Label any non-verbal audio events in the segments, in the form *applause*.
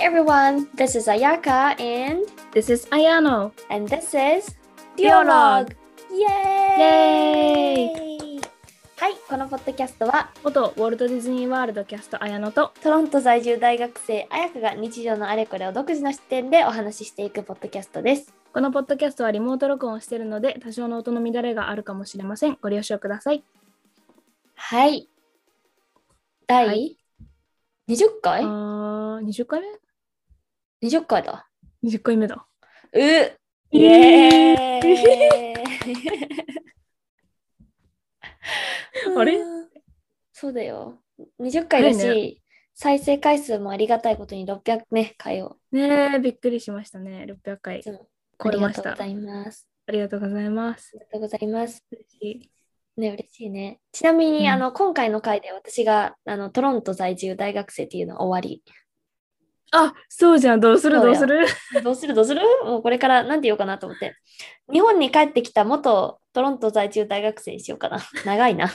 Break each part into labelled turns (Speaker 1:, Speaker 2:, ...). Speaker 1: everyone, this is Ayaka and
Speaker 2: This is Ayano.
Speaker 1: and this is
Speaker 2: Dialogue
Speaker 1: イエーイはい、このポッドキャストは
Speaker 2: 元ウォルト・ディズニー・ワールドキャスト綾乃と
Speaker 1: トロント在住大学生あやかが日常のあれこれを独自の視点でお話ししていくポッドキャストです。
Speaker 2: このポッドキャストはリモート録音をしているので多少の音の乱れがあるかもしれませんご了承ください
Speaker 1: はい。第、
Speaker 2: はい
Speaker 1: 20
Speaker 2: あ
Speaker 1: 回
Speaker 2: ー20回
Speaker 1: ?20 回だ。
Speaker 2: 目 ?20 回目だ
Speaker 1: うイ
Speaker 2: イ
Speaker 1: エ
Speaker 2: エ
Speaker 1: ー *laughs* イ
Speaker 2: あれ
Speaker 1: うんそうだよ。20回だし、再
Speaker 2: 早
Speaker 1: 生回数もありがたいことに600ね、回を。
Speaker 2: ねえびっくりしましたね600回
Speaker 1: いつも
Speaker 2: 超えました
Speaker 1: ありがとうございます。
Speaker 2: ありがとうございます
Speaker 1: ありがとうございます。
Speaker 2: 嬉しい
Speaker 1: ね、嬉しいね。ちなみに、
Speaker 2: うん
Speaker 1: あの今回の回で私があのトロント在住大学生っていうのは終わ
Speaker 2: あそうじゃんどうする
Speaker 1: そ
Speaker 2: ど
Speaker 1: う
Speaker 2: う
Speaker 1: だよ
Speaker 2: する *laughs*
Speaker 1: り。 *laughs* どうするどうするもうこれからなんて言おうかなと思って。日本に帰ってきた元トロント在住大学生にしようかな。長いな。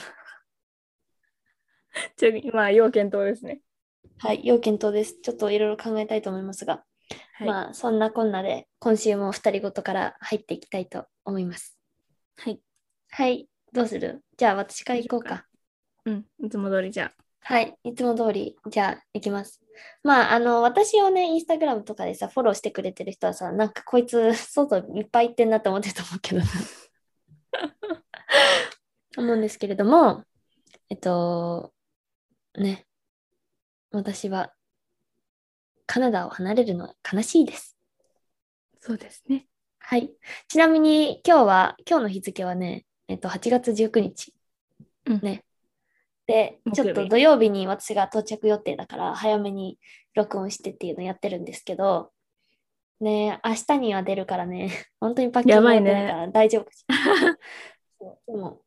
Speaker 2: ちょ今要検討ですね
Speaker 1: はい、要検討です。ちょっといろいろ考えたいと思いますが、
Speaker 2: はい、
Speaker 1: まあそんなこんなで今週も二人ごとから入っていきたいと思います。
Speaker 2: はい
Speaker 1: はい、どうするじゃあ私から行こうか。
Speaker 2: うんいつも通りじゃあ
Speaker 1: はい、いつも通り、じゃあ、行きます。まあ、あの、私をね、インスタグラムとかでさ、フォローしてくれてる人はさ、なんかこいつ、外いっぱい行ってんなって思ってると思うけど。思うんですけれども、えっと、ね、私は、カナダを離れるのは悲しいです。
Speaker 2: そうですね
Speaker 1: はい。ちなみに、今日は、今日の日付はね、えっと、8月19日。
Speaker 2: うん
Speaker 1: ねで、
Speaker 2: 木
Speaker 1: ち
Speaker 2: 曜
Speaker 1: ょ
Speaker 2: 日
Speaker 1: っと土曜日に私が到着予定だから、早めに録音してっていうのやってるんですけど、ねえ明日には出るからね、 *laughs* 本当にパッキン
Speaker 2: や
Speaker 1: グ
Speaker 2: ば
Speaker 1: や
Speaker 2: い
Speaker 1: って
Speaker 2: ね
Speaker 1: ないから大丈夫かしらそうでも、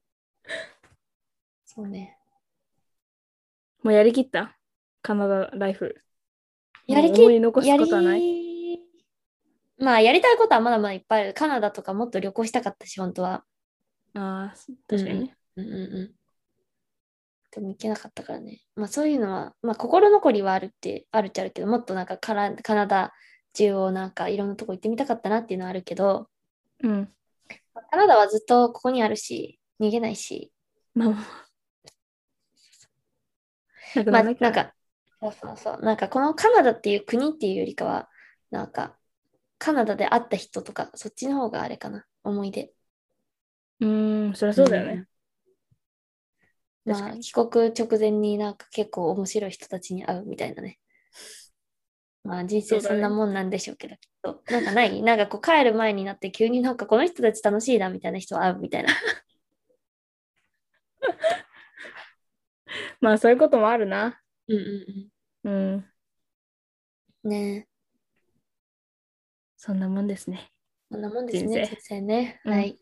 Speaker 1: そうね。
Speaker 2: もうやりきったカナダライフ
Speaker 1: やりき
Speaker 2: もう思い残す
Speaker 1: や
Speaker 2: ことはない
Speaker 1: り、まあやりたいことはまだまだいっぱいある。カナダとかもっと旅行したかったし、本当は。
Speaker 2: ああ確かにね、
Speaker 1: うんうんうん。でも行けなかったからね。まあそういうのは、まあ心残りはあるって、あるっちゃあるけど、もっとなんかカラカナダ中をなんかいろんなとこ行ってみたかったなっていうのはあるけど、
Speaker 2: うん
Speaker 1: まあカナダはずっとここにあるし、逃げないし、
Speaker 2: まあまあ。な
Speaker 1: ま
Speaker 2: くな
Speaker 1: あ
Speaker 2: ら
Speaker 1: なん
Speaker 2: いら
Speaker 1: か、そうそうそう、なんかこのカナダっていう国っていうよりかは、なんかカナダで会った人とか、そっちの方があれかな、思い出。
Speaker 2: うーん、そりゃそうだよね。
Speaker 1: ま
Speaker 2: 確か
Speaker 1: あ
Speaker 2: に
Speaker 1: 帰国直前になんか結構面白い人たちに会うみたいなね。まあ人生そんなもんなんでしょうけど、きっと。なんかない *laughs* なんかこう帰る前になって急になんかこの人たち楽しいなみたいな人会うみたいな。
Speaker 2: まあ、そういうこともあるな。
Speaker 1: うんうん
Speaker 2: うん。
Speaker 1: うん。ねえ。
Speaker 2: そんなもんですね。
Speaker 1: そんなもんですね、
Speaker 2: 人生
Speaker 1: 人生ね。
Speaker 2: うん
Speaker 1: はい。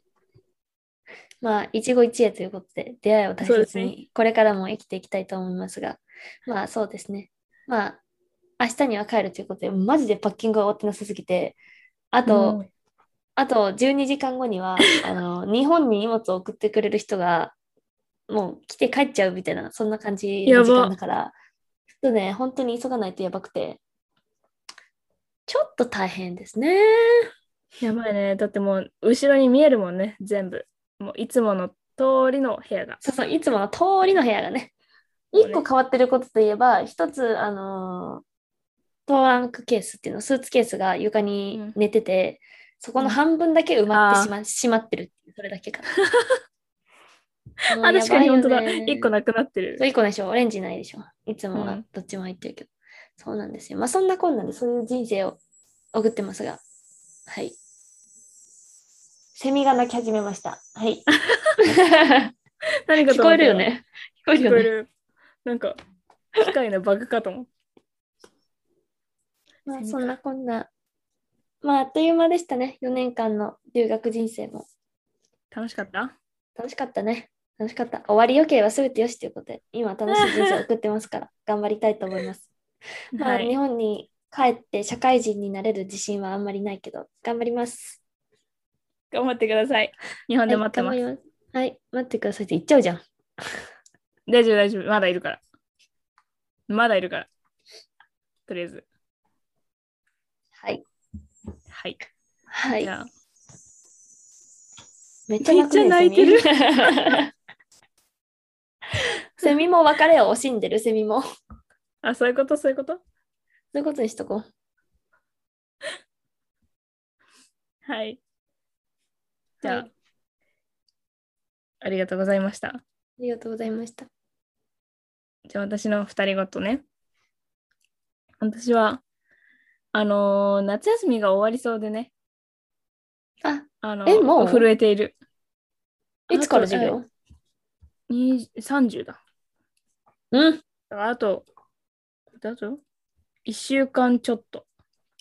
Speaker 1: まあ、一期一会ということで、出会いを大
Speaker 2: そうで
Speaker 1: 切
Speaker 2: すね
Speaker 1: に、これからも生きていきたいと思いますが、まあそうですね。まあ、明日には帰るということで、マジでパッキングが終わってなさすぎて、あ
Speaker 2: あ
Speaker 1: と、あと12時間後に
Speaker 2: *laughs*
Speaker 1: はあの日本に荷物を送ってくれる人がもう来て帰っちゃうみたいなそんな感じの時
Speaker 2: や
Speaker 1: 間
Speaker 2: ば
Speaker 1: だからちょっとね本当に急がないとやばくてちょっと大変ですね
Speaker 2: やばいね。だってもう、後ろに見えるもんね、全部。もう、いつもの通りの部屋が。
Speaker 1: そうそういつもの通りの部屋がね
Speaker 2: そうね
Speaker 1: 1個変わってることといえば一つあのートランクケースっていうのスーツケースが床に寝てて、そこの半分だけ埋まってしま,、しまってるっていうそれだけかなも
Speaker 2: あ、
Speaker 1: うやばいよね
Speaker 2: 確かに本当だ。一個なくなってる
Speaker 1: そう。1個でしょ、オレンジないでしょ。いつも
Speaker 2: う
Speaker 1: は
Speaker 2: ん
Speaker 1: どっちも入ってるけど。そうなんですよ。まあそんなこんなでそういう人生を送ってますが。はい。セミが鳴き始めました。 *laughs* はい。
Speaker 2: 何か
Speaker 1: 聞
Speaker 2: と
Speaker 1: こ
Speaker 2: 思っ
Speaker 1: える
Speaker 2: たら
Speaker 1: よ。ね。聞こえる
Speaker 2: 聞こえ
Speaker 1: よね。
Speaker 2: る。なんか、機械のバグかと思う。
Speaker 1: まあ
Speaker 2: セミ
Speaker 1: そ
Speaker 2: か
Speaker 1: んなこんな。まああっという間でしたね。4年間の留学人生も。
Speaker 2: 楽しかった
Speaker 1: 楽しかったね。楽しかった。終わりよければ全てよしということで、今楽しい人生を送ってますから、 *laughs* 頑張りたいと思います。まあ、
Speaker 2: はい
Speaker 1: 日。本に帰って社会人になれる自信はあんまりないけど、頑張ります。
Speaker 2: 頑張ってください。日本で待ってま
Speaker 1: はい、
Speaker 2: す。
Speaker 1: 頑張ります。はい、待ってくださいって言っちゃうじゃん。
Speaker 2: 大丈夫、大丈夫。まだいるから。まだいるから。とりあえず。はい。
Speaker 1: はい
Speaker 2: じ。ゃあ
Speaker 1: めっちゃ泣くね
Speaker 2: めっちゃ泣いてる
Speaker 1: セミセミも別れを惜しんでるセミも。そ
Speaker 2: *laughs* あ、そういうこと、そういうこと
Speaker 1: ういうことにしとこう。
Speaker 2: はい。じゃあ、
Speaker 1: はい
Speaker 2: ありがとうございました。
Speaker 1: ありがとうございました。
Speaker 2: じゃあ私の二人ごとね。私は、あのー夏休みが終わりそうでね。
Speaker 1: あ、
Speaker 2: あの
Speaker 1: えもう
Speaker 2: 震えている。
Speaker 1: いつから授業
Speaker 2: に ?30 だ。
Speaker 1: うん。
Speaker 2: だからあと、だと1週間ちょっと。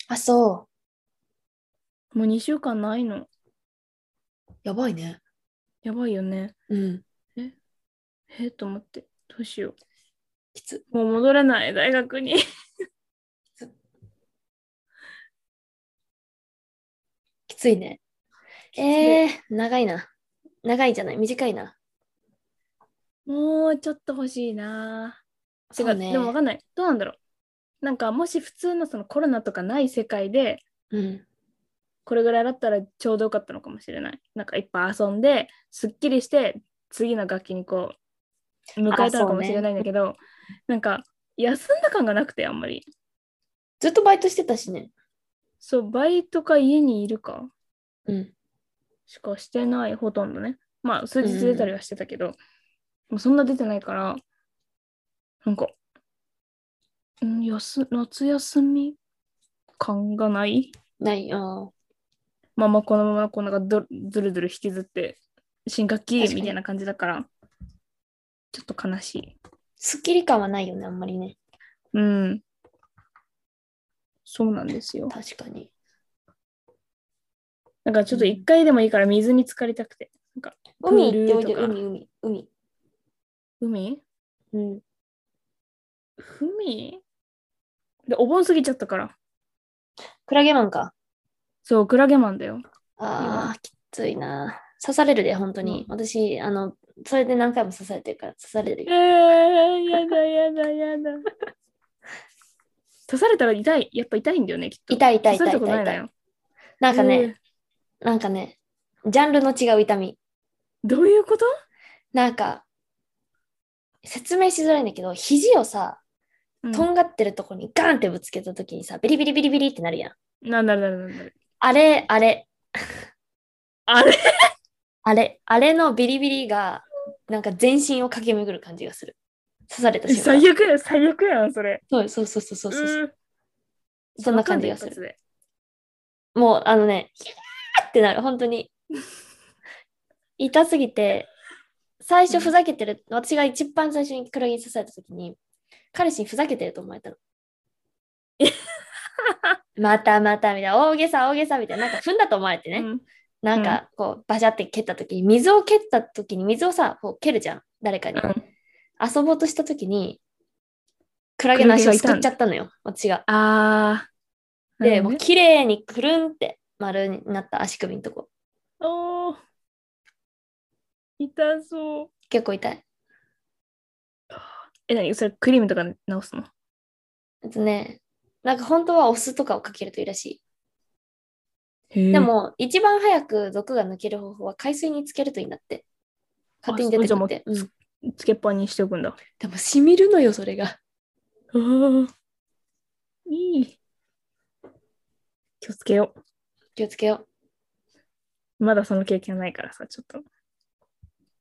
Speaker 1: あ、そ
Speaker 2: もう2週間ないの。
Speaker 1: う。やばいね。
Speaker 2: やばいよね。
Speaker 1: うん。
Speaker 2: えー、と思って。どうしよ
Speaker 1: きつ。
Speaker 2: う。もう戻れない、大学に。
Speaker 1: きついね。えー、長いな。長いじゃない、短いな。
Speaker 2: *laughs* もうちょっと欲しいな。違、
Speaker 1: そううね
Speaker 2: でも分かんない。どうなんだろう。なんかもし普通のそのコロナとかない世界で、
Speaker 1: うん。
Speaker 2: これぐらいだったらちょうどよかったのかもしれない。なんかいっぱい遊んで、すっきりして、次の楽器にこう、迎えたのかもしれないんだけど、なんか、休んだ感がなくて、あんまり。
Speaker 1: ずっとバイトしてたしね。
Speaker 2: そう、バイトか家にいるか
Speaker 1: うん。
Speaker 2: しかしてない、ほとんどね。まあ、数日出たりはしてたけど、もうそんな出てないから、なんか、うん、休夏休み感がない
Speaker 1: ないよ。
Speaker 2: まあまあこのままこうなんかどずるずる引きずって新学期
Speaker 1: 確かに
Speaker 2: みたいな感じだからちょっと悲しい。
Speaker 1: すっきり感はないよね、あんまりね。
Speaker 2: うん。そうなんですよ。
Speaker 1: 確かに。
Speaker 2: なんかちょっと一回でもいいから水に浸かりたくて。なんか
Speaker 1: 海行っておい
Speaker 2: プール
Speaker 1: で、
Speaker 2: とか
Speaker 1: 海、海、海。
Speaker 2: 海
Speaker 1: うん。
Speaker 2: 海で、お盆過ぎちゃったから。
Speaker 1: クラゲマンか。
Speaker 2: そう、クラゲマンだよ。
Speaker 1: ああ、きついな。刺されるで、本当に。私、あの、それで何回も刺されてるから、刺される
Speaker 2: え
Speaker 1: よ。
Speaker 2: ー、やだやだやだ。刺されたら痛い。やっぱ痛いんだよね、きっと。
Speaker 1: 痛い痛い
Speaker 2: 刺
Speaker 1: 痛
Speaker 2: さ
Speaker 1: い
Speaker 2: れたこと
Speaker 1: 痛
Speaker 2: ないい
Speaker 1: 痛
Speaker 2: の
Speaker 1: い
Speaker 2: よ。。
Speaker 1: なんか
Speaker 2: えー
Speaker 1: ね、なんかね、ジャンルの違う痛み。
Speaker 2: どういうこと
Speaker 1: なんか、説明しづらいんだけど、肘をさ、
Speaker 2: うん
Speaker 1: とんがってるとこにガンってぶつけたときにさ、ビリビリビリビリってなるやん。
Speaker 2: なんだろうなんだろうなんだろう。
Speaker 1: あれ、あれ、
Speaker 2: あれ
Speaker 1: *laughs* あれ、あれのビリビリが、なんか全身を駆け巡る感じがする。刺された瞬間。
Speaker 2: 最悪や最悪やんそれ
Speaker 1: そうそうそうそうそうそう。
Speaker 2: う
Speaker 1: そんな感じがする。
Speaker 2: る
Speaker 1: もうあのね、ひゃーってなる、本当に。 *laughs* 痛すぎて、最初ふざけてる、私が一番最初に黒木に刺された時に、彼氏にふざけてると思われた *laughs* の。またまたみたいな、大げさ大げさみたいな、なんか踏んだと思われてね、なんかこう、バシャって蹴った時に、水を蹴った時に、水をさ、こう蹴るじゃん、誰かに。遊ぼうとした時に、クラゲの足をすくっちゃったのよ、私が。
Speaker 2: あー
Speaker 1: で、
Speaker 2: なる
Speaker 1: も
Speaker 2: ほど
Speaker 1: う
Speaker 2: ね
Speaker 1: 綺麗にくるんって丸になった足首のとこ。
Speaker 2: おー痛そう
Speaker 1: 結構痛い。
Speaker 2: え何それクリームとか直すの
Speaker 1: あとね、なんか本当はお酢とかをかけるといいらし
Speaker 2: へ
Speaker 1: い。
Speaker 2: ー
Speaker 1: でも、一番早く毒が抜ける方法は海水につけるといいんだって。勝手に出てくるって。
Speaker 2: あそうじゃあ
Speaker 1: うん
Speaker 2: つけっぱにしておくんだ
Speaker 1: でも、染みるのよ、それが。
Speaker 2: あー *laughs* いい気をつけよ
Speaker 1: 気をつけよ
Speaker 2: うまだその経験ないからさちょっと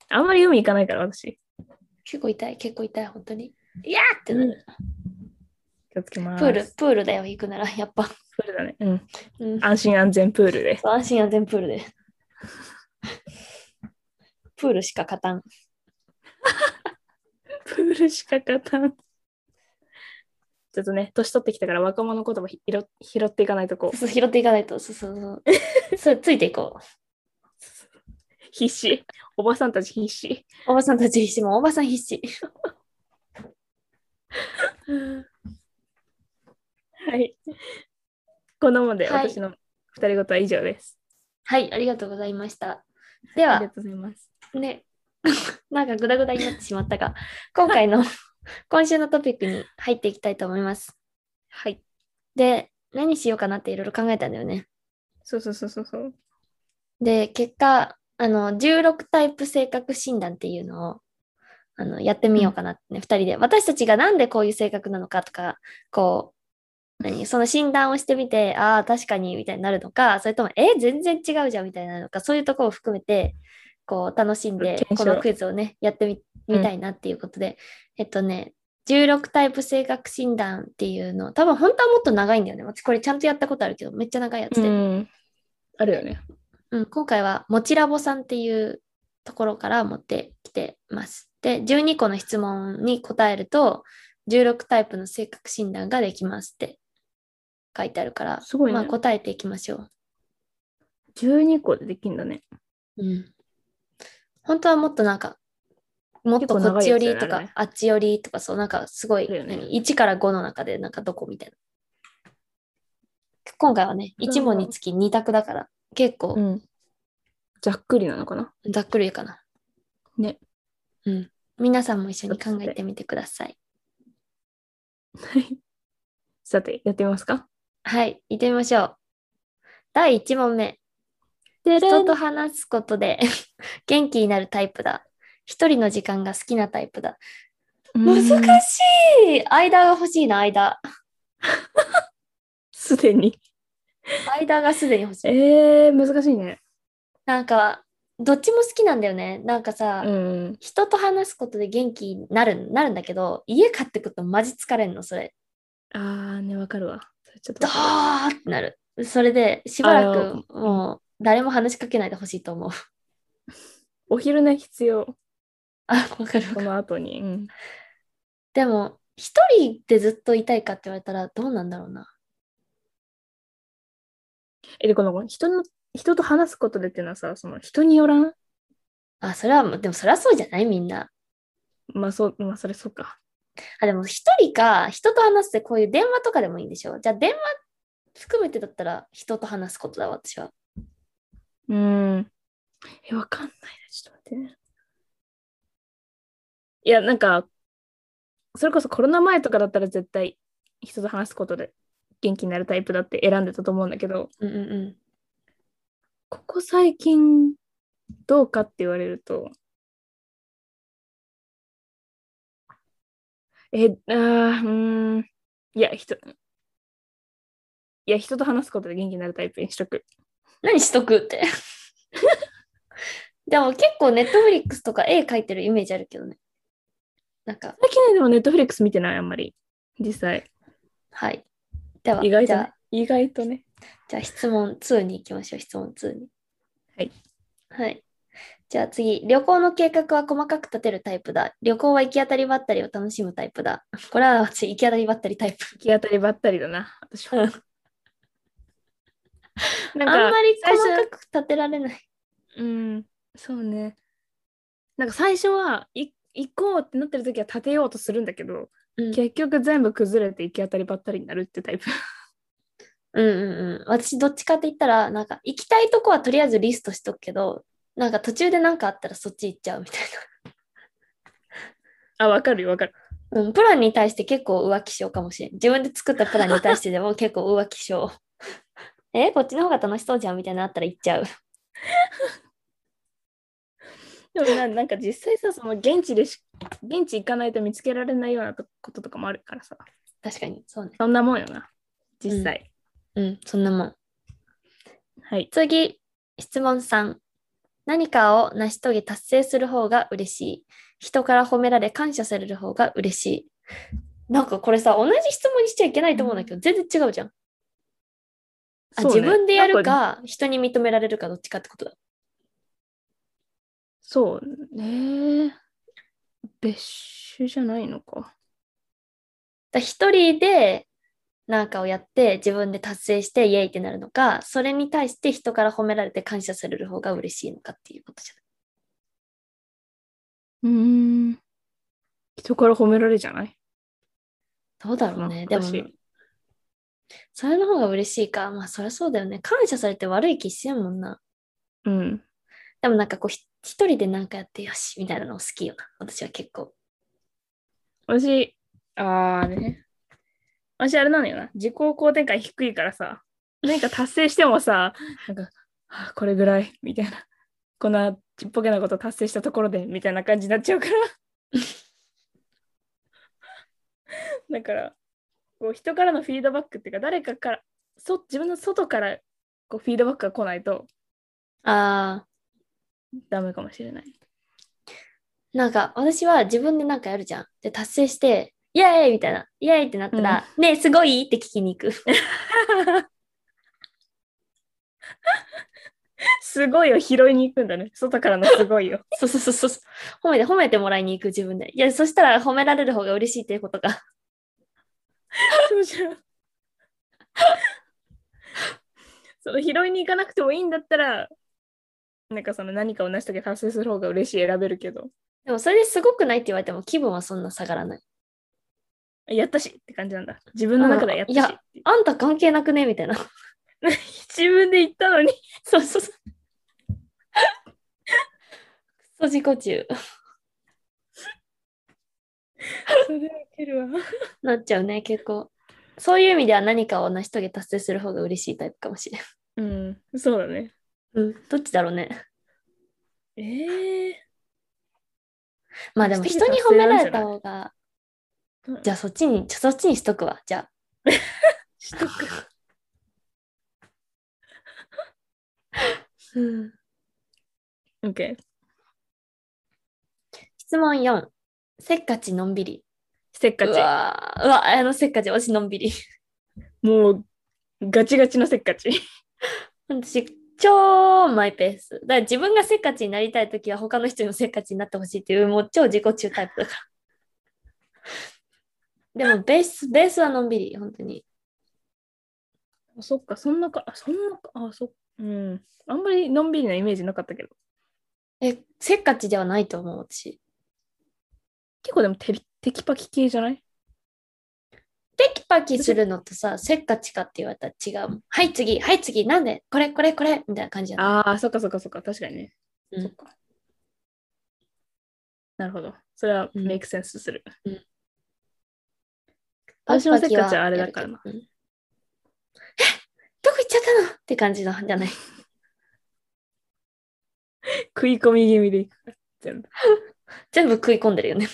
Speaker 2: あんまり海行かないから私
Speaker 1: う。結構痛い、結構痛い、本当に。いやーってなる
Speaker 2: 気をつけます
Speaker 1: プール、プールだよ、行くなら、やっぱ。
Speaker 2: プールだねうん
Speaker 1: うん、
Speaker 2: 安心安全プールで *laughs*
Speaker 1: 安心安全プール *laughs* で。プールしか勝たん。
Speaker 2: プールしか勝たん。ちょっとね、年取ってきたから若者言葉ひ拾拾っていかないとこう、
Speaker 1: そう拾っていかないと、そうそうそう。そうついていこう。
Speaker 2: 必死。おばさんたち必死。
Speaker 1: おばさんたち必死も、おばさん必死。
Speaker 2: はい。こんなもんで、
Speaker 1: はい
Speaker 2: 私の二人ごとは以上です。
Speaker 1: はい、ありがとうございました。で
Speaker 2: あ
Speaker 1: は
Speaker 2: りが、とうございます。
Speaker 1: ね、 *laughs* なんかグダグダになってしまったが、今回の、 *laughs* 今週のトピックに入っていきたいと思います。
Speaker 2: はい。
Speaker 1: で、何しようかなっていろいろ考えたんだよね。
Speaker 2: そうそうそうそうそう。
Speaker 1: で、結果、あの、16タイプ性格診断っていうのを、あの、やってみようかなってね、二、人で。私たちがなんでこういう性格なのかとか、こう、何、その診断をしてみて、ああ、確かに、みたいになるのか、それとも、え、全然違うじゃん、みたいなのか、そういうところを含めて、こう、楽しんで、
Speaker 2: 検
Speaker 1: こ
Speaker 2: 証
Speaker 1: のクイズをね、やってみ、みたいなっていうことで、えっとね、16タイプ性格診断っていうの、多分本当はもっと長いんだよね。私これちゃんとやったことあるけど、めっちゃ長いやつで。
Speaker 2: うん。あるよね。
Speaker 1: うん、今回はもちラボさんっていうところから持ってきてます。で、12個の質問に答えると、16タイプの性格診断ができますって書いてあるから、
Speaker 2: すごいね
Speaker 1: まあ答えていきましょう。
Speaker 2: 12個でできんだね。
Speaker 1: うん。本当はもっとなんか、もっとこっち寄りと
Speaker 2: 結構長いやつだよ
Speaker 1: か、
Speaker 2: ね
Speaker 1: あっち寄りとか、そう、なんかすごい、
Speaker 2: だよね
Speaker 1: 何1から5の中でなんかどこみたいな。今回はね、1問につき2択だから、結構
Speaker 2: ん。ざっくりなのかな。 *laughs*
Speaker 1: ざっくりかな。
Speaker 2: ね。
Speaker 1: うん。皆さんも一緒に考えてみてください。
Speaker 2: はい。さて、やってみますか。
Speaker 1: はい、行ってみましょう。第1問目。
Speaker 2: で
Speaker 1: 人と話すことで *laughs* 元気になるタイプだ。一人の時間が好きなタイプだ。難しい間が欲しいな、間。
Speaker 2: すでに。
Speaker 1: 間がすでに欲しい。
Speaker 2: えー、難しいね。
Speaker 1: なんか、どっちも好きなんだよね。なんかさ、
Speaker 2: うん。
Speaker 1: 人と話すことで元気になるなるんだけど、家帰ってくるとマジ疲れんの、それ。
Speaker 2: あーね、わかるわ。それちょっと
Speaker 1: ド
Speaker 2: わか
Speaker 1: ーってなる。それで、しばら
Speaker 2: あ
Speaker 1: くもう誰も話しかけないでほしいと思う。 *laughs*
Speaker 2: るお昼寝必要。
Speaker 1: あ、わかるわか
Speaker 2: そ
Speaker 1: る。
Speaker 2: の後に。うん。
Speaker 1: でも、一人でずっといたいかって言われたらどうなんだろうな。
Speaker 2: え、で、この人の、人と話すことでっていうのはさ、その人によらん
Speaker 1: あ、それはもう、でもそれはそうじゃないみんな。
Speaker 2: まあそう、まあそれそうか。
Speaker 1: あ、でも一人か、人と話すってこういう電話とかでもいいんでしょじゃあ電話含めてだったら人と話すことだわ、私は。
Speaker 2: うん。え、わかんないな。ちょっと待ってね。いや、なんか、それこそコロナ前とかだったら絶対人と話すことで元気になるタイプだって選んでたと思うんだけど、
Speaker 1: うんうんうん。
Speaker 2: ここ最近どうかって言われると、え、あーうーん。いや、人、いや、人と話すことで元気になるタイプにしとく。
Speaker 1: 何しとくって。 *laughs* でも結構ネットフリックスとか絵描いてるイメージあるけどね。なんか、
Speaker 2: 最近ね、でもネットフリックス見てない、あんまり。実際。
Speaker 1: はい。では、
Speaker 2: 意外
Speaker 1: じ
Speaker 2: と
Speaker 1: ゃあ
Speaker 2: ね。意外とね。
Speaker 1: じゃあ質問2に行きましょう、質問2に。
Speaker 2: はい。
Speaker 1: はい。じゃあ次、旅行の計画は細かく立てるタイプだ。旅行は行き当たりばったりを楽しむタイプだ。これは私、行き当たりばったりタイプ。
Speaker 2: 行き当たりばったりだな、私は。 *laughs* なんか、
Speaker 1: あんまり
Speaker 2: 最
Speaker 1: 細
Speaker 2: 初
Speaker 1: かく立てられない。
Speaker 2: うん、そうね。なんか最初はい行こうってなってる時は立てようとするんだけど、
Speaker 1: うん
Speaker 2: 結局全部崩れて行き当たりばったりになるって
Speaker 1: *laughs*
Speaker 2: タイプ。
Speaker 1: うんうんうん。私、どっちかって言ったら、なんか、行きたいとこはとりあえずリストしとくけど、なんか途中で何かあったらそっち行っちゃうみたい
Speaker 2: あ、わかるよ、わかる。
Speaker 1: な。 *laughs* うん、プランに対して結構浮気症かもしれん。自分で作ったプランに対してでも結構浮気症。 *laughs* え、こっちの方が楽しそうじゃんみたいなのあったら行っちゃう。
Speaker 2: でもななんか実際さ、その現地でし、現地行かないと見つけられないようなとこととかもあるからさ、
Speaker 1: 確かに、そうね。
Speaker 2: そんなもんよな、実際。
Speaker 1: うん、そんなもん。
Speaker 2: はい。
Speaker 1: 次、質問3。何かを成し遂げ達成する方が嬉しい。人から褒められ感謝される方が嬉しい。なんかこれさ、同じ質問にしちゃいけないと思うんだけど、全然違うじゃん。あ
Speaker 2: そうね
Speaker 1: 自分でやる
Speaker 2: なん
Speaker 1: か、人に認められるかどっちかってことだ。
Speaker 2: そうね。別種じゃないのか。
Speaker 1: だ一人でなんかをやって、自分で達成して、イエイってなるのか、それに対して人から褒められて感謝される方が嬉しいのかっていうことじゃない。
Speaker 2: うーん。人から褒められじゃない
Speaker 1: どうだろうね。でも
Speaker 2: 難しい、
Speaker 1: それの方が嬉しいか。まあ、そりゃそうだよね。感謝されて悪い気しやんもんな。
Speaker 2: うん。
Speaker 1: でもなんかこう、ひ一人でなんかやってよし、みたいなの好きよな。私は結構。
Speaker 2: 私、あーね。私あれなのよな。自己肯定感低いからさ、なんか達成してもさ、なんか、はあこれぐらい、みたいな。こんなちっぽけなこと達成したところで、みたいな感じになっちゃうから。だから、こう人からのフィードバックっていうか、誰かから、そ自分の外からこうフィードバックが来ないと
Speaker 1: ああ、
Speaker 2: ダメかもしれない。
Speaker 1: なんか私は自分でなんかやるじゃん。で、達成して、イエーイみたいな、イエーイってなったら、ねえ、すごいって聞きに行く。
Speaker 2: すごいを拾いに行くんだね。外からのすごいよ。
Speaker 1: *laughs* そうそうそうそう。褒めて、褒めてもらいに行く自分で。いや、そしたら褒められる方が嬉しいっていうことか。
Speaker 2: そうじゃん。その拾いに行かなくてもいいんだったら、なんかその何かを成し遂げ達成する方が嬉しい選べるけど、
Speaker 1: でもそれですごくないって言われても気分はそんな下がらない。
Speaker 2: やったしって感じなんだ。自分の中でやったしっていう。
Speaker 1: あんた関係なくねみたいな。
Speaker 2: *laughs* 自分で言ったのに。
Speaker 1: そうそうそう。クソ自己中。
Speaker 2: それはウケるわ。
Speaker 1: なっちゃうね、結構。そういう意味では何かを成し遂げ達成する方が嬉しいタイプかもしれない。
Speaker 2: うん、そうだね。
Speaker 1: うん、どっちだろうね。
Speaker 2: ええ
Speaker 1: まあでも
Speaker 2: 成し
Speaker 1: 人
Speaker 2: 遂げ
Speaker 1: に褒
Speaker 2: 達成
Speaker 1: め
Speaker 2: なん
Speaker 1: ら
Speaker 2: じ
Speaker 1: れ
Speaker 2: ゃない
Speaker 1: た方が、
Speaker 2: うん
Speaker 1: じゃあそっちに、じゃあそっちにしとくわ。じゃあ。
Speaker 2: しとく。
Speaker 1: うん、
Speaker 2: OK。
Speaker 1: 質問4。せっかちのんびり。
Speaker 2: せっか
Speaker 1: う
Speaker 2: ち。
Speaker 1: わーうわ、あのせっかち、私のんびり。
Speaker 2: もう、ガチガチのせっかち。
Speaker 1: 私、超マイペース。だから自分がせっかちになりたいときは他の人にもせっかちになってほしいっていう、もう超自己中タイプだ
Speaker 2: *laughs*
Speaker 1: から。でもベース、ベースはのんびり、本当に。
Speaker 2: あそっか、そんなか、あ、そんなか、あ、そっうん。あんまりのんびりなイメージなかったけど。
Speaker 1: え、せっかちではないと思う、私。
Speaker 2: 結構でもテリ、テキパキ系じゃない
Speaker 1: テキパキするのとさ、せっかちかって言われたら違うもん。はい、次、はい、次、なんで、これ、これ、これ、みたいな感じだ
Speaker 2: ああ、そっかそっかそっか、確かにね。
Speaker 1: うん
Speaker 2: そっか。なるほど。それは
Speaker 1: うん
Speaker 2: メイクセンスする。
Speaker 1: パ
Speaker 2: 私の
Speaker 1: キパ
Speaker 2: せっ
Speaker 1: キ
Speaker 2: かちはあれだから
Speaker 1: やる
Speaker 2: な
Speaker 1: けど。うんえどこ行っちゃったのって感じのじゃない。
Speaker 2: 食い込み気味でいくから全部。
Speaker 1: 全部食い込んでるよね。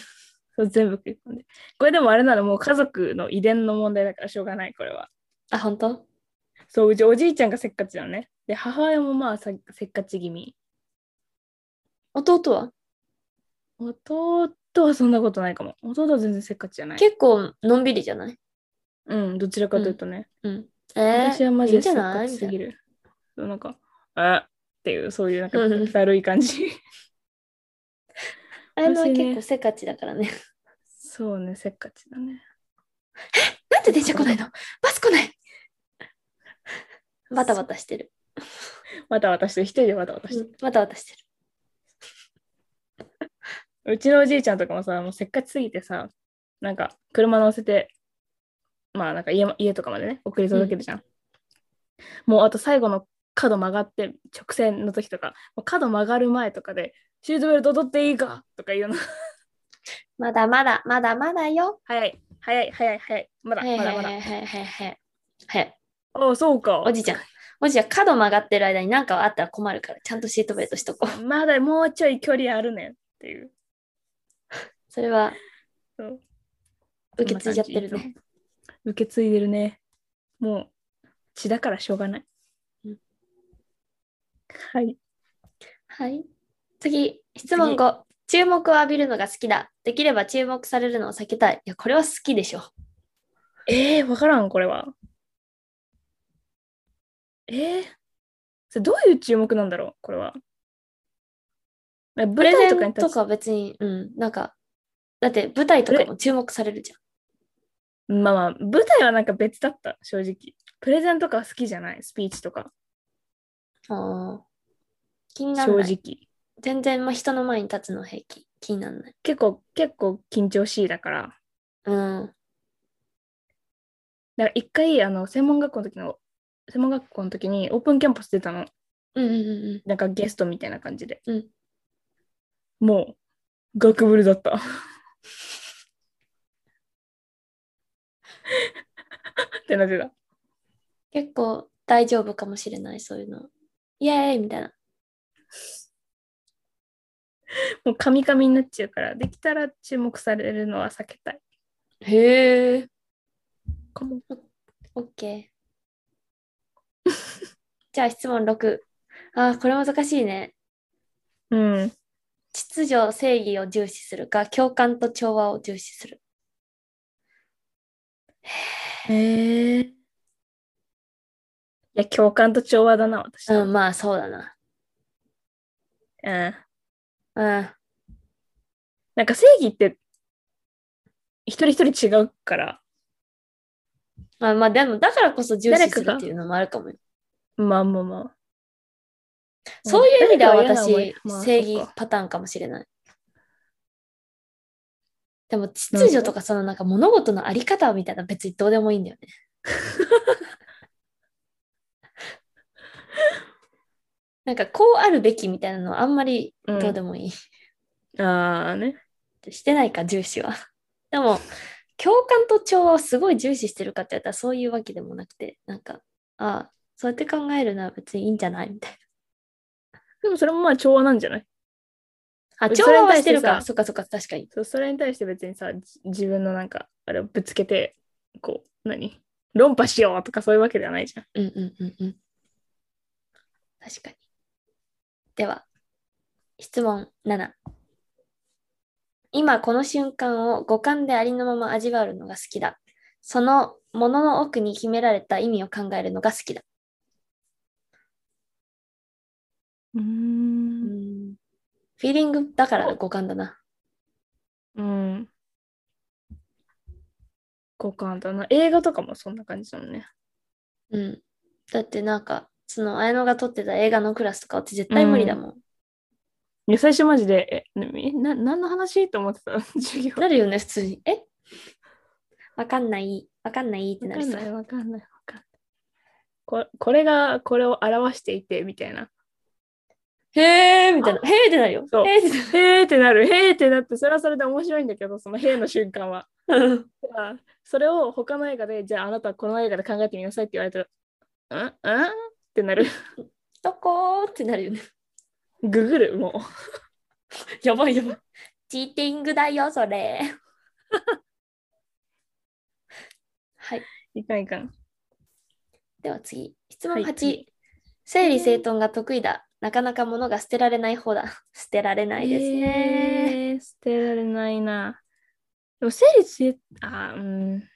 Speaker 2: そう全部食い込んで。これでもあれならもう家族の遺伝の問題だからしょうがない、これは。
Speaker 1: あ、本当
Speaker 2: そう、うちおじいちゃんがせっかちなのね。で、母親もまあさせっかち気味。
Speaker 1: 弟は
Speaker 2: 弟はそんなことないかも。弟は全然せっかちじゃない。
Speaker 1: 結構のんびりじゃない
Speaker 2: うん、どちらかというとね。
Speaker 1: うん。え
Speaker 2: 私はマジでせ
Speaker 1: いい
Speaker 2: っ
Speaker 1: んじゃな
Speaker 2: か
Speaker 1: い
Speaker 2: ち
Speaker 1: み
Speaker 2: す
Speaker 1: たい
Speaker 2: ぎ
Speaker 1: な
Speaker 2: る。そうなんか、あっていう、そういうなんか
Speaker 1: うん
Speaker 2: だるい感じ。 *laughs*
Speaker 1: あやのは
Speaker 2: 私ね
Speaker 1: 結構せっかちだからね。 *laughs*
Speaker 2: そうね、せっかちだね。
Speaker 1: なんで電車来ないの
Speaker 2: *laughs*
Speaker 1: バス来ない *laughs* バタバタしてる。
Speaker 2: また私と一人でまた私
Speaker 1: うんバタバタしてる。
Speaker 2: うちのおじいちゃんとかもさ、もうせっかちすぎてさ、なんか車乗せて、まあなんか家ま家とかまでね、送り届けるじゃん。もうあと最後の角曲がって、直線の時とか、もう角曲がる前とかで、シートベルト取っていいかとか言うの。 *laughs*
Speaker 1: まだまだ、まだまだよ。
Speaker 2: 早い、早い、早い、早い。まだ、
Speaker 1: はいは
Speaker 2: ま
Speaker 1: い
Speaker 2: だ、
Speaker 1: は
Speaker 2: ま
Speaker 1: い
Speaker 2: だ。
Speaker 1: はいはいはい。はい。
Speaker 2: ああ、そうか。
Speaker 1: おじいちゃん。おじいちゃん、角曲がってる間に何かあったら困るから、ちゃんとシートベルトしとこう。
Speaker 2: まだもうちょい距離あるねんっていう。
Speaker 1: それは
Speaker 2: そう
Speaker 1: 受け継いじゃってる
Speaker 2: そんな感
Speaker 1: ね。
Speaker 2: 受け継いでるね。もう血だからしょうがない。
Speaker 1: うん
Speaker 2: はい。
Speaker 1: はい。次、質問5。注目を浴びるのが好きだ。できれば注目されるのを避けたい。いや、これは好きでしょ。
Speaker 2: えー、わからん、これは。えー、それどういう注目なんだろう、これは。え
Speaker 1: プ
Speaker 2: 舞
Speaker 1: レ
Speaker 2: 台とか
Speaker 1: ゼン
Speaker 2: に立
Speaker 1: と
Speaker 2: つ
Speaker 1: か別に、うん、なんか、だって舞台とかも注目されるじゃん。
Speaker 2: まあまあ、舞台はなんか別だった、正直。プレゼンとかは好きじゃない、スピーチとか、
Speaker 1: あー気になら
Speaker 2: 正
Speaker 1: ない。
Speaker 2: 直。
Speaker 1: 全然、まあ、人の前に立つの平気。気にならない。
Speaker 2: 結構、結構緊張しいだから。
Speaker 1: うん。
Speaker 2: だから一回、あの、専門学校の時の、専門学校の時にオープンキャンパス出たの。
Speaker 1: うんうんうん
Speaker 2: なんかゲストみたいな感じで。
Speaker 1: うん
Speaker 2: もう、ガクブルだった。ってなってた。
Speaker 1: 結構、大丈夫かもしれない、そういうの。イエーイみたいな。
Speaker 2: もうカミカミになっちゃうから、できたら注目されるのは避けたい
Speaker 1: へえ。
Speaker 2: かも。
Speaker 1: オッケ *laughs* ー。じゃあ質問6。あーこれ難しいね。
Speaker 2: うん。
Speaker 1: 秩序、正義を重視するか、共感と調和を重視する。
Speaker 2: へえ。いや、共感と調和だな、私。
Speaker 1: うん、まあそうだな。
Speaker 2: うん
Speaker 1: うん。
Speaker 2: なんか正義って、一人一人違うから、
Speaker 1: まあまあでも、だからこそ重視す
Speaker 2: 誰か
Speaker 1: る
Speaker 2: が
Speaker 1: っていうのもあるかもよ。
Speaker 2: まあまあまあ。
Speaker 1: そういう意味では
Speaker 2: 誰かを嫌な思い
Speaker 1: 私、
Speaker 2: まあ
Speaker 1: 正
Speaker 2: そ
Speaker 1: 義
Speaker 2: うか
Speaker 1: パターンかもしれない。でも秩序とかそのなんか物事のあり方みたいな別にどうでもいいんだ
Speaker 2: *laughs*
Speaker 1: よね。なんかこうあるべきみたいなのはあんまり
Speaker 2: うん
Speaker 1: どうでもいい。
Speaker 2: ああね。
Speaker 1: してないか重視は。 *laughs* でも共感と調和をすごい重視してるかって言ったらそういうわけでもなくてなんかああそうやって考えるのは別にいいんじゃないみたい
Speaker 2: でもそれもまあ調和なんじゃない
Speaker 1: な。あ
Speaker 2: うん
Speaker 1: 調和はしてる
Speaker 2: それに対
Speaker 1: か
Speaker 2: してさ
Speaker 1: そっかそっか確かに。
Speaker 2: そうそれに対して別にさじ自分のなんかあれをぶつけてこう何論破しようとかそういうわけではないじゃん。
Speaker 1: うんうんうんうん。確かに。では、質問7。今この瞬間を五感でありのまま味わうのが好きだ。そのものの奥に秘められた意味を考えるのが好きだ。
Speaker 2: うー。
Speaker 1: うんんフィーリングだから五感だな。
Speaker 2: うん。五感だな。映画とかもそんな感じだもんね。
Speaker 1: うん。だってなんか、その綾乃が撮ってた映画のクラスとかって絶対無理だもん。
Speaker 2: いや最初マジで、え、なみな何の話と思ってた *laughs* 授業。
Speaker 1: なるよね、普通に。えわかんない、わかんないって
Speaker 2: わ
Speaker 1: な
Speaker 2: か
Speaker 1: り
Speaker 2: ん
Speaker 1: そ
Speaker 2: な
Speaker 1: う
Speaker 2: い。わかんないわかんない。ここれがこれを表していてみたいな。
Speaker 1: へーみたいな。へーってなるよ。
Speaker 2: そう
Speaker 1: へーってなる
Speaker 2: へーってなる、へーってなって、それはそれで面白いんだけど、そのへーの瞬間は。
Speaker 1: うん
Speaker 2: あそれを他の映画で、じゃああなたはこの映画で考えてみなさいって言われたら、んんってなる。
Speaker 1: どこーってなるよね。
Speaker 2: ググる、も
Speaker 1: やばいやば
Speaker 2: *laughs*
Speaker 1: い。チーティングだよ、それ。はい。
Speaker 2: う。いかんいかん。
Speaker 1: では次。質問
Speaker 2: はい
Speaker 1: 8。
Speaker 2: 次
Speaker 1: 整理整頓が得意だ。なかなか物が捨てられない方だ。 *laughs* 捨てられないですね。
Speaker 2: えー捨てられないな。でも整理整、あー、うん、ど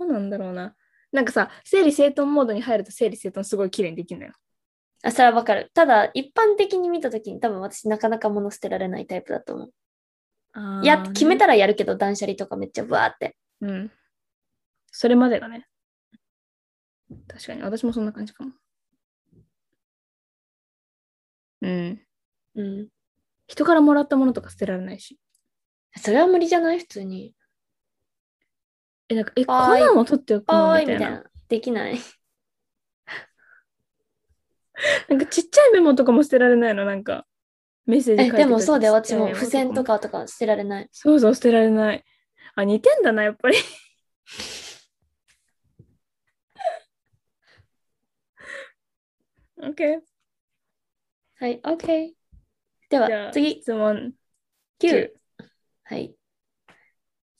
Speaker 2: うなんだろうな。なんかさ、整理整頓モードに入ると整理整頓すごい綺麗にできるのよ。
Speaker 1: あ、それはわかる。ただ、一般的に見たときに多分私なかなか物捨てられないタイプだと思う。いや、決めたらやるけど、断捨離とかめっちゃブワーって。
Speaker 2: うん。それまでがね。確かに、私もそんな感じかも。うん。
Speaker 1: うん。
Speaker 2: 人からもらったものとか捨てられないし。
Speaker 1: それは無理じゃない普通に。
Speaker 2: え、なんか、え、こん
Speaker 1: はーい
Speaker 2: なの取っておく
Speaker 1: あ
Speaker 2: の
Speaker 1: ーい、
Speaker 2: み
Speaker 1: み
Speaker 2: た
Speaker 1: た
Speaker 2: い
Speaker 1: い
Speaker 2: な。
Speaker 1: な。できない。
Speaker 2: なんか、ちっちゃいメモとかも捨てられないの、なんか。メッセージ書
Speaker 1: え
Speaker 2: いて
Speaker 1: でもそうだよ、私も
Speaker 2: ちっちゃいメモ
Speaker 1: 付箋と。かとか捨てられない。
Speaker 2: そうそう、捨てられない。あ、似てんだな、やっぱり。 *laughs* オッケ
Speaker 1: はい、OK。で
Speaker 2: ー。じゃ
Speaker 1: は
Speaker 2: あ、
Speaker 1: 次、
Speaker 2: 質問
Speaker 1: 9。はい。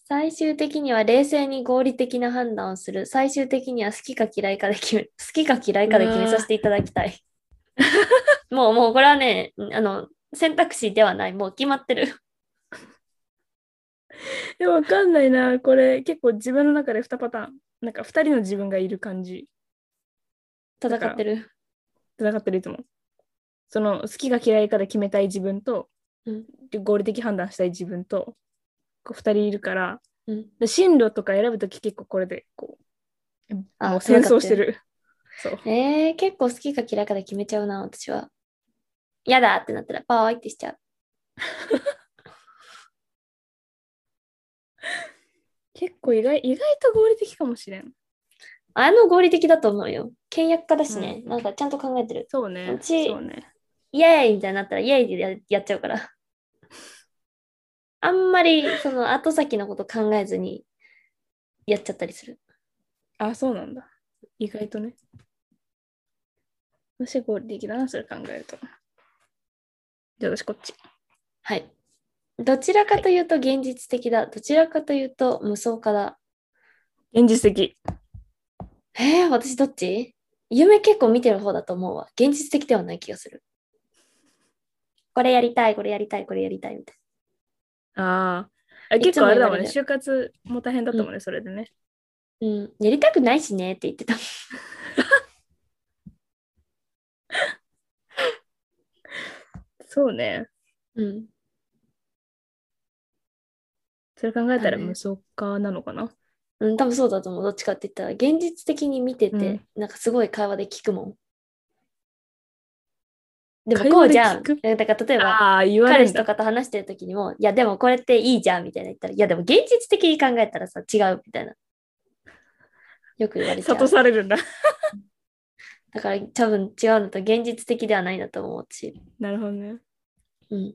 Speaker 1: 最終的には冷静に合理的な判断をする。最終的には好きか嫌いかで決め、好きか嫌いかで決めさせていただきたい。 *laughs* もう、もうこれはね、あの、選択肢ではない。もう決まってる。
Speaker 2: え、わかんないな。これ、結構自分の中で2パターン。なんか2人の自分がいる感じ。
Speaker 1: 戦
Speaker 2: *laughs* だから
Speaker 1: ってる。
Speaker 2: 戦ってるいつも。その、好きが嫌いかで決めたい自分と、
Speaker 1: うん
Speaker 2: で合理的判断したい自分と、こう2人いるから、
Speaker 1: うん。
Speaker 2: で進路とか選ぶとき結構これで、こう、
Speaker 1: あ
Speaker 2: もう戦争してる。そう。
Speaker 1: えー、結構好きか嫌いかで決めちゃうな、私は。嫌だってなったら、パーイってしちゃう。
Speaker 2: 結構意外、意外と合理的かもしれん。
Speaker 1: あの合理的だと思うよ。倹約家だしね、なんかちゃんと考えてる。
Speaker 2: そうね
Speaker 1: う。ち
Speaker 2: そうね。
Speaker 1: イエーイみたいになったらイエーイでややっちゃうから。 *laughs* あんまりその後先のこと考えずにやっちゃったりする。
Speaker 2: あ、そうなんだ。意外とね。私は合理的だな、それ考えると。じゃあ私こっち。
Speaker 1: はい。どちらかというと現実的だ。どちらかというと無双化だ。
Speaker 2: 現実的。
Speaker 1: えー、私どっち夢結構見てる方だと思うわ。現実的ではない気がする。これやりたい、これやりたい、これやりたいみたい
Speaker 2: ああ。
Speaker 1: いつ
Speaker 2: 結
Speaker 1: も
Speaker 2: 構あ
Speaker 1: 言
Speaker 2: れだ
Speaker 1: わ
Speaker 2: もん
Speaker 1: れ
Speaker 2: ね。
Speaker 1: る
Speaker 2: 就活も大変だったもんね、それでね。
Speaker 1: な。うん。やりたくないしねって言ってた。 *laughs*
Speaker 2: そうね。
Speaker 1: うん。
Speaker 2: それ考えたら
Speaker 1: だね
Speaker 2: 無双化なのかな。
Speaker 1: うん、多分そうだと思う。どっちかって言ったら、現実的に見てて、
Speaker 2: うん
Speaker 1: なんかすごい会話で聞くもん。でも
Speaker 2: 会
Speaker 1: こ
Speaker 2: 話
Speaker 1: う
Speaker 2: で
Speaker 1: じゃん。
Speaker 2: 聞く
Speaker 1: だから例えば、
Speaker 2: ああ、言われ
Speaker 1: 彼
Speaker 2: るん
Speaker 1: 氏と
Speaker 2: だ。
Speaker 1: かと話してる時にも、いやでもこれっていいじゃんみたいな言ったら、いやでも現実的に考えたらさ、違うみたいな。よく言われちゃう
Speaker 2: 諭。されるんだ。
Speaker 1: だから多分違うのと現実的ではないんだと思うし。
Speaker 2: なるほどね。
Speaker 1: うん。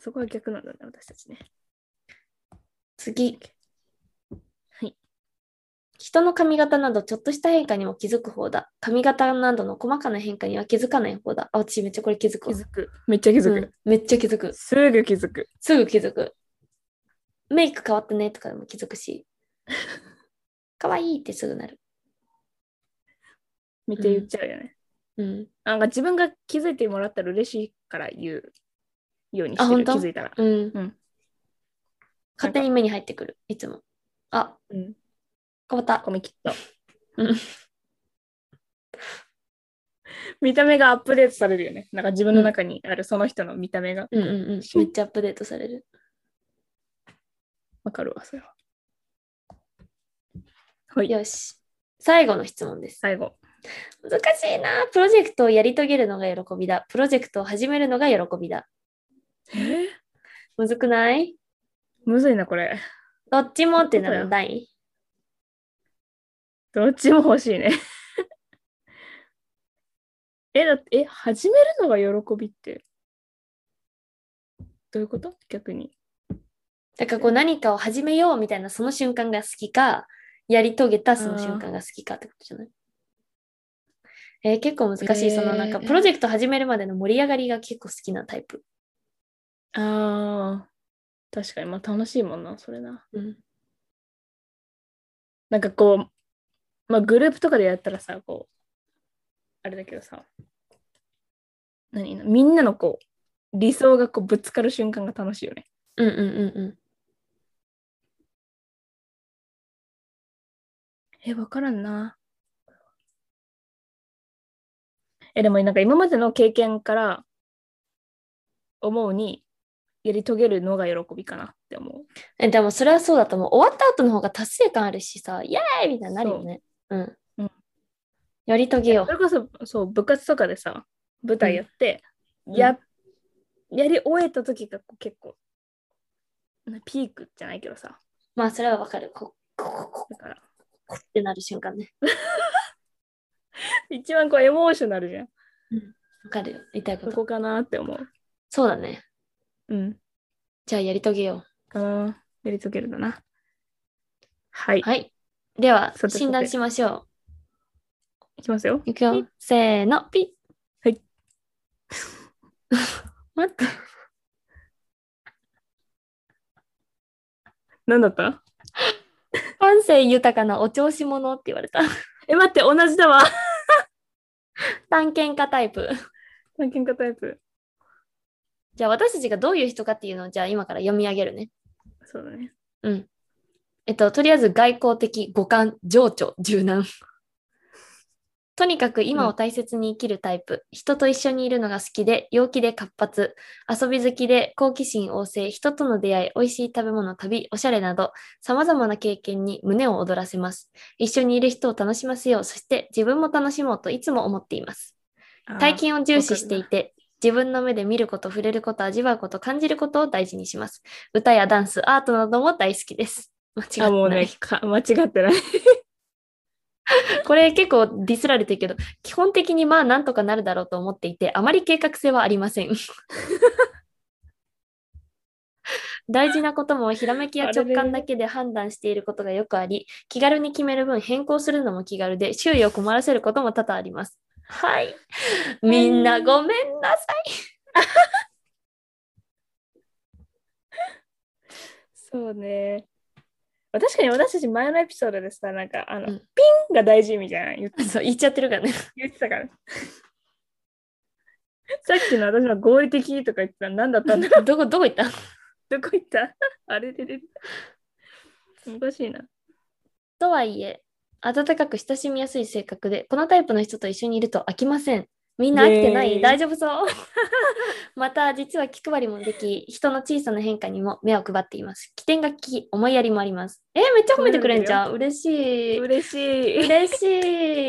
Speaker 2: そこは逆なんだね、私たちね。
Speaker 1: 次。
Speaker 2: はい。
Speaker 1: 人の髪型などちょっとした変化にも気づく方だ。髪型などの細かな変化には気づかない方だ。あ、私めっちゃこれ気づく
Speaker 2: 気
Speaker 1: わ。
Speaker 2: づく。めっちゃ気づ
Speaker 1: う
Speaker 2: く
Speaker 1: ん。めっちゃ気づく。
Speaker 2: すぐ気づく。
Speaker 1: すぐ気づく。メイク変わったねとかでも気づく *laughs* し。かわいいってすぐなる。
Speaker 2: 見て言っちゃうよね。
Speaker 1: うん。
Speaker 2: なんか自分が気づいてもらったら嬉しいから言うようにし
Speaker 1: あ
Speaker 2: て
Speaker 1: 本
Speaker 2: る。気
Speaker 1: 当
Speaker 2: づいたら。
Speaker 1: うん。
Speaker 2: ん
Speaker 1: 勝手に目に入ってくる。いつも。あ、
Speaker 2: うん。
Speaker 1: 変わった。
Speaker 2: コミキット
Speaker 1: うん。
Speaker 2: 見た目がアップデートされるよね。なんか自分の中にあるその人の見た目が。
Speaker 1: うんうんうん。めっちゃアップデートされる。
Speaker 2: わかるわ、それは。はい。
Speaker 1: よし。最後の質問です。
Speaker 2: 最後。
Speaker 1: 難しいな。プロジェクトをやり遂げるのが喜びだ。プロジェクトを始めるのが喜びだ。
Speaker 2: えー、
Speaker 1: むずくない
Speaker 2: むずいな、これ。
Speaker 1: どっちもってな
Speaker 2: そうだよ
Speaker 1: のない
Speaker 2: どっちも欲しいね。 *laughs* え、だって、え、始めるのが喜びって。どういうこと逆に。
Speaker 1: だからこう何かを始めようみたいなその瞬間が好きか、やり遂げたその瞬間が好きかってことじゃないえー結構難しい。そのなんか
Speaker 2: えー
Speaker 1: プロジェクト始めるまでの盛り上がりが結構好きなタイプ。
Speaker 2: ああ。確かに、まあ楽しいもんな、それな。
Speaker 1: うん。
Speaker 2: なんかこう、まあグループとかでやったらさ、こう、あれだけどさ、何みんなのこう、理想がこうぶつかる瞬間が楽しいよね。
Speaker 1: うんうんうんうん。
Speaker 2: え、わからんな。え、でもなんか今までの経験から思うに、やり遂げるのが喜びかなって思う。
Speaker 1: えでもそれはそうだと思う。終わった後の方が達成感あるしさ、イエーイみたいになるよね。うん。
Speaker 2: うん
Speaker 1: やり遂げよ
Speaker 2: それこそ、そう、部活とかでさ、舞台やって、
Speaker 1: ん
Speaker 2: や、やり終えた時がこう結構、なピークじゃないけどさ、
Speaker 1: う。まあそれはわかる。ここここ
Speaker 2: だから、
Speaker 1: こってなる瞬間ね。
Speaker 2: 一番こうエモーショナルじゃん。
Speaker 1: わかるよ。言いたいこ
Speaker 2: そ
Speaker 1: と。
Speaker 2: こかなって思う。
Speaker 1: そうだね。
Speaker 2: うん。
Speaker 1: じゃあやり遂げよ。。
Speaker 2: かな。やり遂げるだな。はいう
Speaker 1: はい。では
Speaker 2: さ、てさて
Speaker 1: 診断しましょ
Speaker 2: いきますよ。
Speaker 1: う。いくよ
Speaker 2: ピッ。
Speaker 1: せーの、ピッ。
Speaker 2: はい。
Speaker 1: 待って。
Speaker 2: 何だった
Speaker 1: 感性豊かなお調子者って言われた。 *laughs*
Speaker 2: え、待って、同じだわ。
Speaker 1: 探検家タイプ。
Speaker 2: 探検家タイプ。
Speaker 1: じゃあ私たちがどういう人かっていうのをじゃあ今から読み上げるね。
Speaker 2: そうだね。
Speaker 1: うん。えっと、とりあえず外交的、五感、情緒、柔軟。とにかく今を大切に生きるタイプ、人と一緒にいるのが好きで、陽気で活発、遊び好きで好奇心旺盛、人との出会い、美味しい食べ物、旅、おしゃれなど、様々な経験に胸を躍らせます。一緒にいる人を楽しませよう、そして自分も楽しもうといつも思っています。体験を重視していて、自分の目で見ること、触れること、味わうこと、感じることを大事にします。歌やダンス、アートなども大好きです。間違ってない。
Speaker 2: あー。あ、もうね、か間違ってない。
Speaker 1: これ結構ディスられてるけど、基本的にまあなんとかなるだろうと思っていて、あまり計画性はありま
Speaker 2: *laughs*
Speaker 1: せん。大事なこともひらめきや直感だけで判断していることがよくあり、気軽に決める分変更するのも気軽で、周囲を困らせることも多々あります。はい。みんなごめんなさい。
Speaker 2: そうね。まあ確かに私たち前のエピソードでさ、なんか、あの、
Speaker 1: うん
Speaker 2: ピンが大事みたいなの言
Speaker 1: *laughs*
Speaker 2: っ
Speaker 1: そう、言っちゃってるからね。
Speaker 2: 言ってたから。さっきの私の合理的とか言ってたら何だったんだ
Speaker 1: *laughs*
Speaker 2: ろ
Speaker 1: どこ、どこ行った
Speaker 2: うどこ行ったあれで出てた。おかしいな。
Speaker 1: とはいえ、温かく親しみやすい性格で、このタイプの人と一緒にいると飽きません。みんな飽きてな
Speaker 2: イエー
Speaker 1: い
Speaker 2: イ
Speaker 1: 大丈夫そう *laughs* また、実は気配りもでき、人の小さな変化にも目を配っています。起点が利き、思いやりもあります。えーめっちゃ褒めてくれんじゃん。嬉しい。
Speaker 2: 嬉しい。
Speaker 1: 嬉し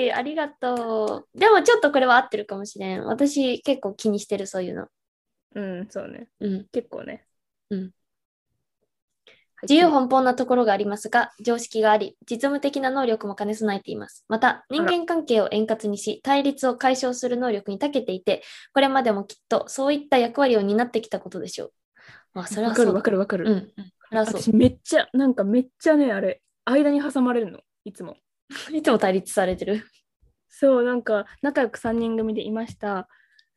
Speaker 1: い。ありがとう。でもちょっとこれは合ってるかもしれん。私結構気にしてる、そういうの。
Speaker 2: うん、そうね。
Speaker 1: うん。
Speaker 2: 結構ね。
Speaker 1: うん
Speaker 2: はい。
Speaker 1: 自由奔放なところがありますが、常識があり、実務的な能力も兼ね備えています。また、人間関係を円滑にし、対立を解消する能力に長けていて、これまでもきっとそういった役割を担ってきたことでしょう。まあ、それ
Speaker 2: わ
Speaker 1: は
Speaker 2: か
Speaker 1: そ
Speaker 2: る
Speaker 1: う
Speaker 2: わ
Speaker 1: だ。
Speaker 2: かるわかる。
Speaker 1: うん。それはそ
Speaker 2: 私めっちゃ、なんかめっちゃね、あれ、間に挟まれるの、いつも。
Speaker 1: う。いつも対立されてる。
Speaker 2: そう、なんか仲良く3人組でいました。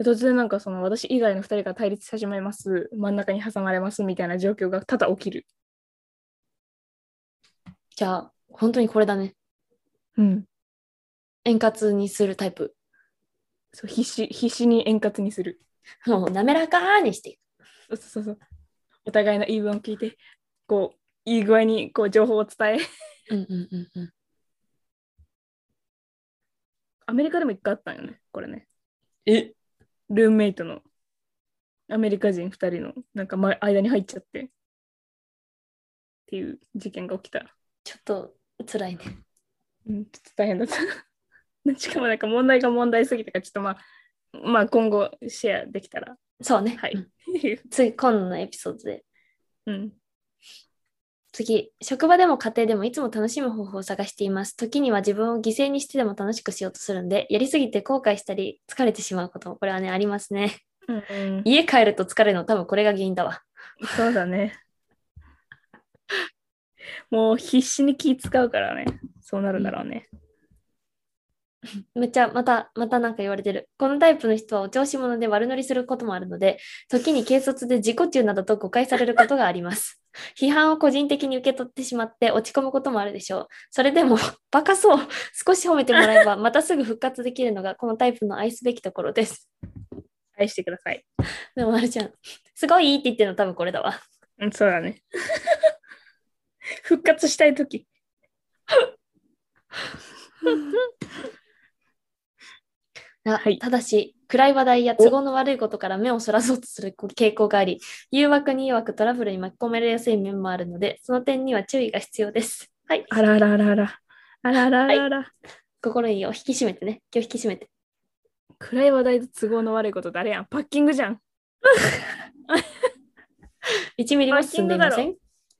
Speaker 2: 突然なんかその私以外の2人が対立し始めます。真ん中に挟まれますみたいな状況が多々起きる。
Speaker 1: じゃあ、本当にこれだね。
Speaker 2: うん。
Speaker 1: 円滑にするタイプ。
Speaker 2: そう、必死、必死に円滑にする。
Speaker 1: もう滑らかにしていく。
Speaker 2: そうそうそう。お互いの言い分を聞いて、こう、いい具合にこう情報を伝え。 *laughs*
Speaker 1: うんうんうんうん。
Speaker 2: アメリカでも1回あったんよね、これね。
Speaker 1: え
Speaker 2: ルームメイトのアメリカ人2人のなんかま間に入っちゃって。っていう事件が起きた。
Speaker 1: ちょっと辛いね。
Speaker 2: うん、ちょっと大変だった。 *laughs* しかもなんか問題が問題すぎたから、ちょっとまあ、まあ今後シェアできたらっ
Speaker 1: そうね。
Speaker 2: はい
Speaker 1: うん
Speaker 2: ていう。
Speaker 1: 次、今度のエピソードで。
Speaker 2: うん。
Speaker 1: 次、職場でも家庭でもいつも楽しむ方法を探しています。時には自分を犠牲にしてでも楽しくしようとするんで、やりすぎて後悔したり、疲れてしまうことも、これはね、ありますね。 *laughs*
Speaker 2: うん、
Speaker 1: 家帰ると疲れるの、多分これが原因だわ。
Speaker 2: そうだね。もう必死に気使うからね。そうなるんだろうね。
Speaker 1: めっちゃ、また、またなんか言われてる。このタイプの人はお調子者で悪乗りすることもあるので、時に軽率で自己中などと誤解されることがあります。 *laughs* 批判を個人的に受け取ってしまって落ち込むこともあるでしょう。それでも、 *laughs* バカそう。少し褒めてもらえば、またすぐ復活できるのが、このタイプの愛すべきところです。
Speaker 2: 愛してください。
Speaker 1: でも、あれちゃん、すごいいいって言ってるの多分これだわ。
Speaker 2: うん、そうだね。復活したいとき。
Speaker 1: な
Speaker 2: はい
Speaker 1: ただし、暗い話題や都合の悪いことから目をそらそうとする傾向があり、誘惑に弱くトラブルに巻き込まれやすい面もあるので、その点には注意が必要です。はい。
Speaker 2: あらあらあらあら。あらあらあらあら。
Speaker 1: 心にを引き締めてね。気を引き締めて。
Speaker 2: 暗い話題と都合の悪いこと誰やん。パッキングじゃん。
Speaker 1: 1ミリも進んでいません。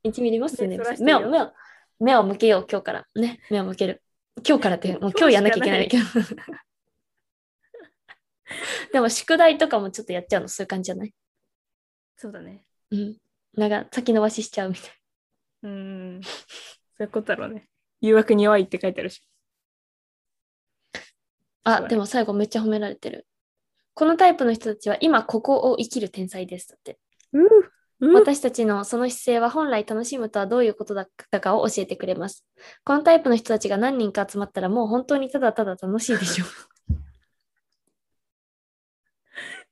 Speaker 1: 1ミリも進んでいません。目を、目を、目を向けよう、今日から。ね。目を向ける。今日からって、もう今日やんなきゃいけないんだけど。 *laughs* でも、宿題とかもちょっとやっちゃうの、そういう感じじゃない
Speaker 2: そうだね。
Speaker 1: うん。なんか、先延ばししちゃうみたいな。
Speaker 2: うーん。そういうことだろうね。誘惑に弱いって書いてあるし。
Speaker 1: あ、
Speaker 2: そう
Speaker 1: でも最後めっちゃ褒められてる。このタイプの人たちは今ここを生きる天才です。だって。
Speaker 2: うう
Speaker 1: 私たちのその姿勢は本来楽しむとはどういうことだったかを教えてくれます。このタイプの人たちが何人か集まったらもう本当にただただ楽しいでしょう。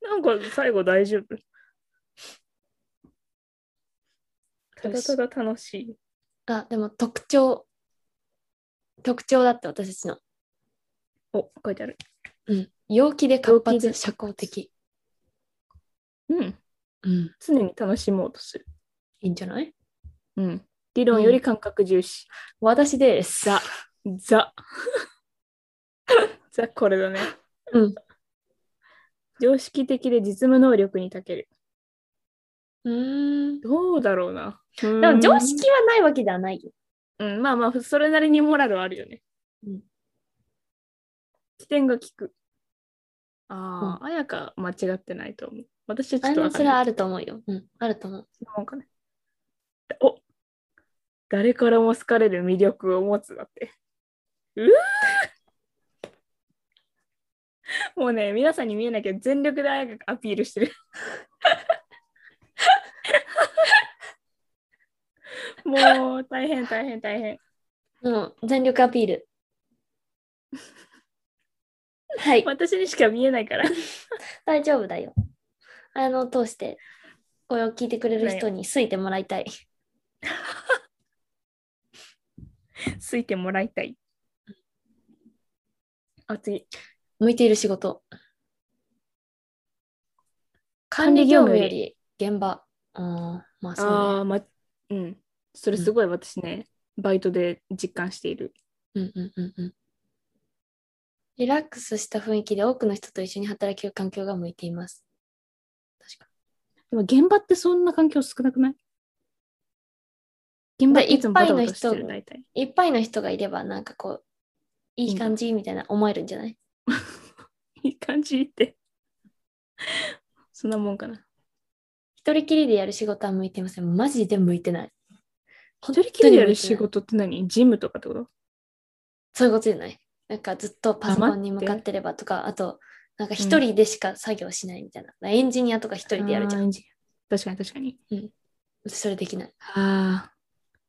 Speaker 2: なんか最後大丈夫。た
Speaker 1: よ
Speaker 2: だ
Speaker 1: した
Speaker 2: だ楽しい。
Speaker 1: *laughs* あ、でも特徴。特徴だって私たちの。
Speaker 2: お、書いてある。
Speaker 1: うん。陽気で活
Speaker 2: 陽気
Speaker 1: 発、
Speaker 2: で
Speaker 1: 社交的。
Speaker 2: うん。
Speaker 1: うん。
Speaker 2: 常に楽しもうとする。
Speaker 1: いいんじゃない
Speaker 2: うん。理論より感覚重視。
Speaker 1: 私です。
Speaker 2: ザ。ザ。 *laughs* ザ、これだね。
Speaker 1: うん。
Speaker 2: 常識的で実務能力に長ける。
Speaker 1: うーん。で
Speaker 2: どうだろうな。で
Speaker 1: も常識はないわけではないよ。
Speaker 2: うん、まあまあ、それなりにモラルはあるよね。
Speaker 1: うん
Speaker 2: 起点が効く。ああ、あやか間違ってないと思う。私はちょ
Speaker 1: あ
Speaker 2: っとわ
Speaker 1: の
Speaker 2: か
Speaker 1: そ
Speaker 2: ん
Speaker 1: れは
Speaker 2: ない
Speaker 1: あると思うよ。うん。あると思う。
Speaker 2: なんかねお誰からも好かれる魅力を持つだって。もうね、皆さんに見えないけど、全力であやかアピール *laughs* してる。もう、大変、大変、大変。
Speaker 1: もう全力アピー *laughs* ル。はい、
Speaker 2: 私にしか見えないから。
Speaker 1: 大丈夫だよ。あの、通して、これを聞いてくれる人に好いてもらいたい。
Speaker 2: ついてもらいたい。あ、次。
Speaker 1: 向いている仕事。管理業務よ
Speaker 2: 管理
Speaker 1: り現場。うん、まあそうね、
Speaker 2: ああ、ま、うん。それすごい私ね、バイトで実感している。
Speaker 1: うんうんうんうん。リラックスした雰囲気で多くの人と一緒に働ける環境が向いています。確か
Speaker 2: でも現場ってそんな環境少なくない現場っていつもバタバタしてる、
Speaker 1: だ
Speaker 2: 大体。
Speaker 1: に。いっぱいの人がいれば、なんかこう、いい感じみたいな思えるんじゃない
Speaker 2: いい感じって。そんなもんかな。
Speaker 1: 一人きりでやる仕事は向いていません。マジで向いてない。
Speaker 2: 一人きりでやる仕事って何ジムとかってこと
Speaker 1: そういうことじゃない。なんかずっとパソコンに向かってればとか、あと、なんか一人でしか作業しないみたいな。エンジニアとか一人でやるじゃん。
Speaker 2: あー確かに確かに。
Speaker 1: それできない。
Speaker 2: ああ、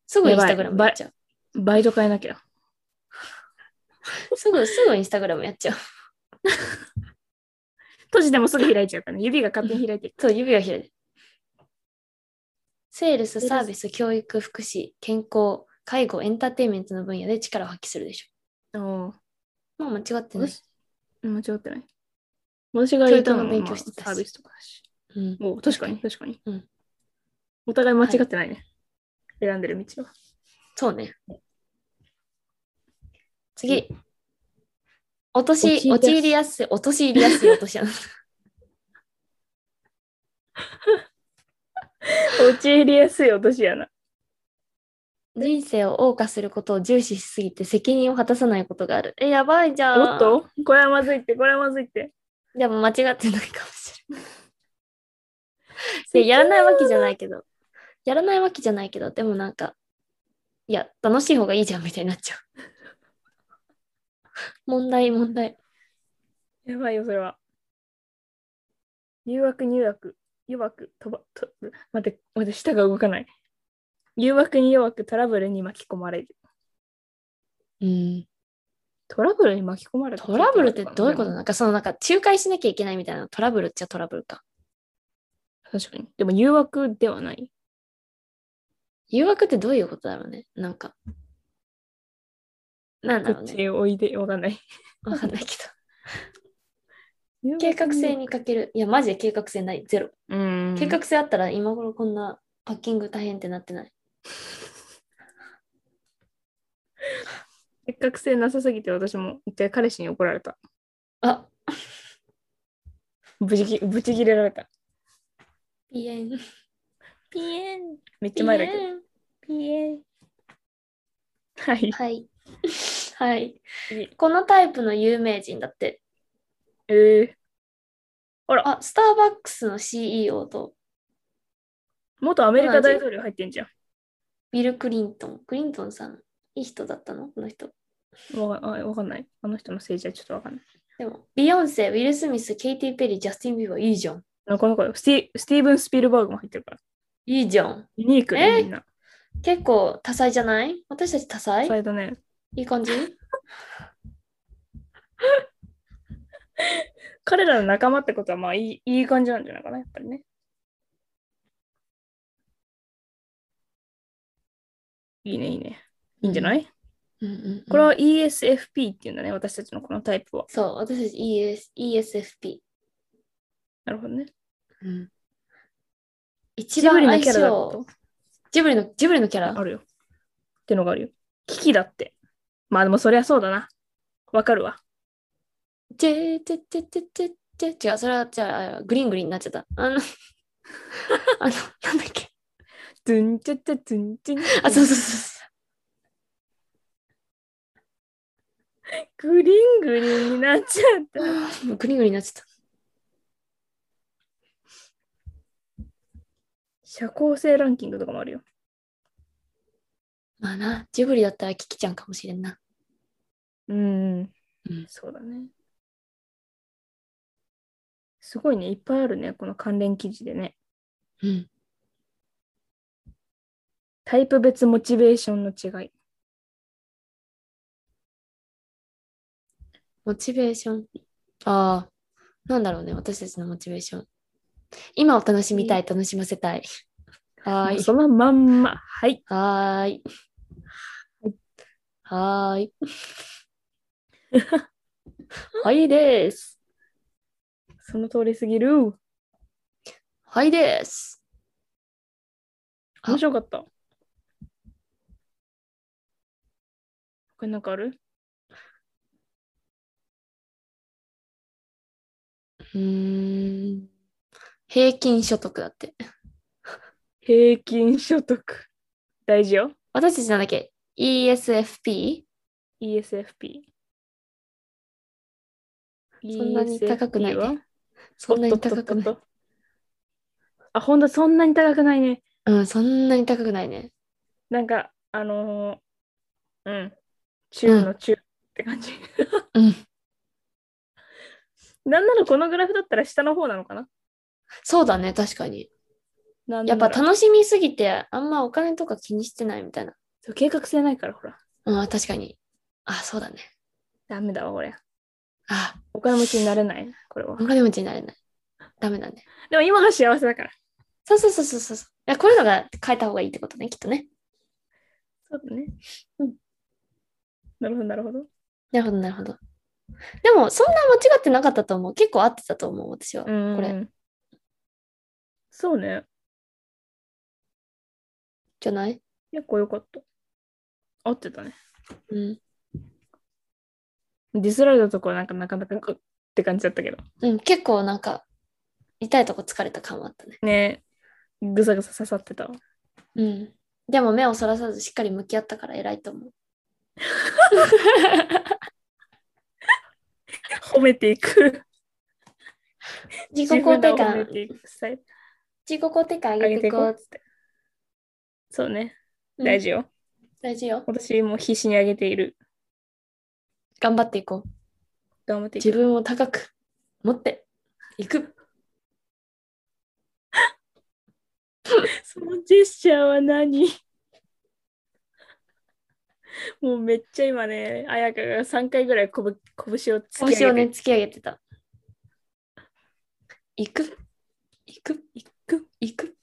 Speaker 1: すぐインスタグラ
Speaker 2: や
Speaker 1: ム
Speaker 2: ばい
Speaker 1: やっちゃう。
Speaker 2: バイト変えなきゃ。
Speaker 1: すぐ、すぐインスタグラムやっちゃう。
Speaker 2: 閉じてもすぐ開いちゃうからね。指が勝手に開いてる。
Speaker 1: そう、指が開いて。セールス、サービス、教育、福祉、健康、介護、エンターテインメントの分野で力を発揮するでし
Speaker 2: おー
Speaker 1: ょ。まあ間違ってない。
Speaker 2: 私、間違ってない。私が言ったのも、
Speaker 1: 教育の勉
Speaker 2: ま
Speaker 1: 強
Speaker 2: あ、
Speaker 1: してたし
Speaker 2: サービスとかだし。
Speaker 1: うん、
Speaker 2: お確かに確かに。
Speaker 1: うん
Speaker 2: お互い間違ってないね。選んでる道は。
Speaker 1: そうね。次。落とし、
Speaker 2: 陥
Speaker 1: 陥
Speaker 2: り
Speaker 1: りやすい、陥りやすい落と
Speaker 2: *laughs*
Speaker 1: し穴。
Speaker 2: 陥りやすい落とし穴。
Speaker 1: 人生を謳歌することを重視しすぎて責任を果たさないことがある。え、やばいじゃん。
Speaker 2: おっとこれはまずいって、これはまずいって。
Speaker 1: でも間違ってないかもし
Speaker 2: *laughs*
Speaker 1: れない。でやらないわけじゃないけど、やらないわけじゃないけど、でもなんか、いや、楽しい方がいいじゃんみたいになっ
Speaker 2: *laughs*
Speaker 1: ちゃう。問題、問題。
Speaker 2: やばいよ、それは。誘惑、誘惑、誘惑、とば、と、待って、待って、舌が動かない。誘惑に誘惑、トラブルに巻き込まれる。
Speaker 1: うん、
Speaker 2: トラブルに巻き込まれる
Speaker 1: トラブルってどういうことなんか、そのなんか、仲介しなきゃいけないみたいなトラブルっちゃトラブルか。
Speaker 2: 確かに。でも誘惑ではない。
Speaker 1: 誘惑ってどういうことだろうね。なんか、なん
Speaker 2: こ
Speaker 1: だろう
Speaker 2: っち
Speaker 1: ね。
Speaker 2: へおいで、わかんない。
Speaker 1: わかんないけど。計画性に欠ける。いや、マジで計画性ない。ゼロ。
Speaker 2: うん。
Speaker 1: 計画性あったら今頃こんなパッキング大変ってなってない。
Speaker 2: せっかく性なさすぎて私も一回彼氏に怒られた。
Speaker 1: あ
Speaker 2: ぶちぎぶち切れられた。
Speaker 1: ピエン。
Speaker 2: ピエンめっち
Speaker 1: ピ
Speaker 2: ゃ前だけど。
Speaker 1: エン
Speaker 2: ピエン。はい。
Speaker 1: はい。 *laughs* はい
Speaker 2: 次。
Speaker 1: このタイプの有名人だって。
Speaker 2: えー、
Speaker 1: あ、スターバックスの CEO と
Speaker 2: 元アメリカ大統領入ってんじゃ
Speaker 1: ビル・クリントン。クリントンさん、いい人だったのこの人。
Speaker 2: ん。わかあわかんない。あの人の政治はちょっとわかんない。
Speaker 1: でも、ビヨンセ、ウィル・スミス、ケイティ・ペリー、ジャスティン・ビーバー、いいじゃん。
Speaker 2: あこの子スティ、スティーブン・スピルバーグも入ってるから。
Speaker 1: いいじゃん。
Speaker 2: ユニーク
Speaker 1: え
Speaker 2: ね、
Speaker 1: ー
Speaker 2: みんな。
Speaker 1: 結構多彩じゃない私たち多彩
Speaker 2: サイドね。
Speaker 1: いい感じ
Speaker 2: 彼らの仲間ってことは、まあいい、いい感じなんじゃないかな、やっぱりね。いいね、いいね。いいんじゃない、
Speaker 1: うんうん、
Speaker 2: これは ESFP っていうんだね、私たちのこのタイプは。
Speaker 1: そう、私たち ES ESFP。
Speaker 2: なるほどね。
Speaker 1: うん、一
Speaker 2: ジブ
Speaker 1: 番
Speaker 2: リの
Speaker 1: 相
Speaker 2: キャラ
Speaker 1: 性
Speaker 2: だと
Speaker 1: ジブリの、ジブリのキャ
Speaker 2: あ
Speaker 1: ラ
Speaker 2: るよ。ってのがあるよ。危機だって。まあでもそりゃそうだな。わかるわ。
Speaker 1: チェチェチェチェチェチェ違う、それはじゃあ、グリーングリーンになっちゃった。あの、 *laughs* あの、なんだっけ。
Speaker 2: トゥンチャチャトゥンチャン。
Speaker 1: あ、そうそうそう
Speaker 2: グリングリンになっちゃった。
Speaker 1: そう。グリーングリーンになっちゃっ
Speaker 2: 社交性ランキングとかもあるよ。
Speaker 1: た。まあな、ジブリだったらキキちゃんかもしれんな。
Speaker 2: うん。
Speaker 1: うん
Speaker 2: そうだね。すごいね、いっぱいあるね、この関連記事でね。
Speaker 1: うん。
Speaker 2: タイプ別モチベーションの違い。
Speaker 1: モチベーション。ああ、なんだろうね、私たちのモチベーション。今を楽しみたい、楽しませたい。はーい。
Speaker 2: そのまんま。はい。
Speaker 1: はーい。はー
Speaker 2: *laughs*
Speaker 1: い。はいです。
Speaker 2: その通りすぎる。
Speaker 1: はいです。あ
Speaker 2: 面白かった。他なんかある
Speaker 1: うーん。平均所得だって。
Speaker 2: 平均所得。大事よ。
Speaker 1: 私たちなんだっけ ?ESFP?
Speaker 2: ESFP。
Speaker 1: そんなに高くない
Speaker 2: ESFP は
Speaker 1: ねそんなに高く
Speaker 2: おっと
Speaker 1: な
Speaker 2: っとっとっ
Speaker 1: い。
Speaker 2: と *laughs* あ、ほんと、そんなに高くないね。
Speaker 1: うん、そんなに高くないね。
Speaker 2: なんか、あのーうん、中の中って感じ。
Speaker 1: うん。
Speaker 2: *laughs* なんならこのグラフだったら下の方なのかな
Speaker 1: そうだね、確かに。
Speaker 2: なん
Speaker 1: や
Speaker 2: な
Speaker 1: っ
Speaker 2: ら
Speaker 1: ぱ楽しみすぎて、あんまお金とか気にしてないみたいな。
Speaker 2: そう計画性ないから、ほら。
Speaker 1: うん、確かに。あ、そうだね。
Speaker 2: ダメだわ、俺。
Speaker 1: あ、
Speaker 2: お金持ちになれない、 *laughs* これは
Speaker 1: お。金持ちになれない。ダメだね。
Speaker 2: でも今が幸せだから。
Speaker 1: そうそうそうそうそうそう。いやこういうのが変えた方がいいってことね、きっとね。
Speaker 2: そうだね。
Speaker 1: うん。
Speaker 2: なるほど、なるほど。
Speaker 1: なるほど、なるほど。でも、そんな間違ってなかったと思う。結構合ってたと思う、私は。
Speaker 2: うん。
Speaker 1: これ。
Speaker 2: そうね。
Speaker 1: じゃない
Speaker 2: 結構良かった。合ってたね。
Speaker 1: うん。
Speaker 2: ディスられたところなんかなかなかグッって感じだったけど。
Speaker 1: うん、結構なんか、痛いとこ疲れた感はあったね。
Speaker 2: ねぐさぐさ刺さってたわ。
Speaker 1: うん。でも目をそらさずしっかり向き合ったから偉いと
Speaker 2: *laughs*
Speaker 1: 思う。
Speaker 2: 褒めていく。
Speaker 1: 自己肯定
Speaker 2: *laughs* 自分を褒め
Speaker 1: 感、
Speaker 2: ていくスタイル。
Speaker 1: 自己肯定感
Speaker 2: 上
Speaker 1: 上
Speaker 2: げ
Speaker 1: げ
Speaker 2: て
Speaker 1: て
Speaker 2: い
Speaker 1: い
Speaker 2: こ
Speaker 1: こ
Speaker 2: うっ
Speaker 1: う。
Speaker 2: つって。そうね。
Speaker 1: うん
Speaker 2: 大事よ。
Speaker 1: 大事よ。
Speaker 2: 私も必死に上げている。
Speaker 1: 頑張っていこう。
Speaker 2: 頑張ってい
Speaker 1: 自
Speaker 2: く。
Speaker 1: 分を高く持っていく。
Speaker 2: そのジェスチャーは何 *laughs* もうめっちゃ今ね、あやかが3回ぐらいこぶ拳を突き
Speaker 1: 腰
Speaker 2: 上
Speaker 1: を
Speaker 2: げ
Speaker 1: ね、
Speaker 2: て、
Speaker 1: 突き上げてた。行く。行く。行く。行く。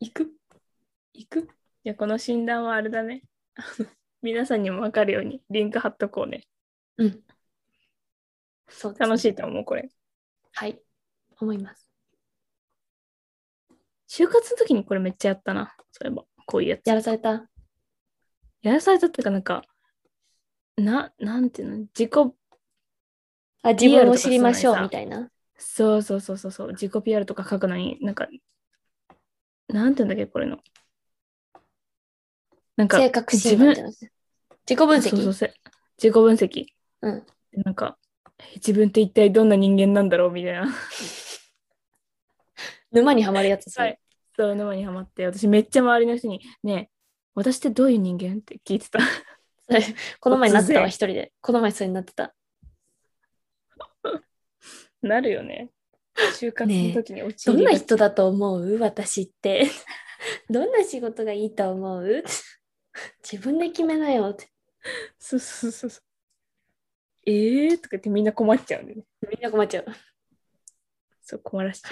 Speaker 1: 行く。行く。
Speaker 2: いやこの診断はあれだね。あの皆さんにも分かるようにリンク貼っとこうね。
Speaker 1: うん。そうですね
Speaker 2: 楽しいと思う、これ。
Speaker 1: はい。思います。
Speaker 2: 就活の時にこれめっちゃやったな。そういえば、こういうやつ。
Speaker 1: やらされた。
Speaker 2: やらされたっていうか、なんか、な、なんていうの、自己、
Speaker 1: あ、自分を知りましょうみたいな。
Speaker 2: そうそうそうそうそう、自己 PR とか書くのに、なんか、なんていうんだっけ、これの。なんか、
Speaker 1: 性格
Speaker 2: 自
Speaker 1: 診断
Speaker 2: 分
Speaker 1: じゃ、なくて。自己分
Speaker 2: そうそう
Speaker 1: 析。
Speaker 2: せ自己分析。
Speaker 1: うん
Speaker 2: なんか、自分って一体どんな人間なんだろうみたいな。 *laughs*
Speaker 1: 沼にはまるやつです
Speaker 2: はい
Speaker 1: ね。
Speaker 2: そう、沼にはまって、私めっちゃ周りの人に、ねえ、私ってどういう人間って聞いてた。 *laughs*
Speaker 1: この前なってたわ、
Speaker 2: 突然
Speaker 1: 一人で。この前それになってた。
Speaker 2: なるよね。就活
Speaker 1: ね
Speaker 2: の
Speaker 1: え
Speaker 2: 時に陥
Speaker 1: ど
Speaker 2: り
Speaker 1: ん
Speaker 2: が
Speaker 1: な
Speaker 2: ち
Speaker 1: 人だと思う私って。 *laughs* どんな仕事がいいと思う *laughs* 自分で決めなよって。
Speaker 2: そうそうそうそう。えーとか言ってみんな困っちゃうんでね。
Speaker 1: みんな困っちゃう。
Speaker 2: そう、困らしちゃ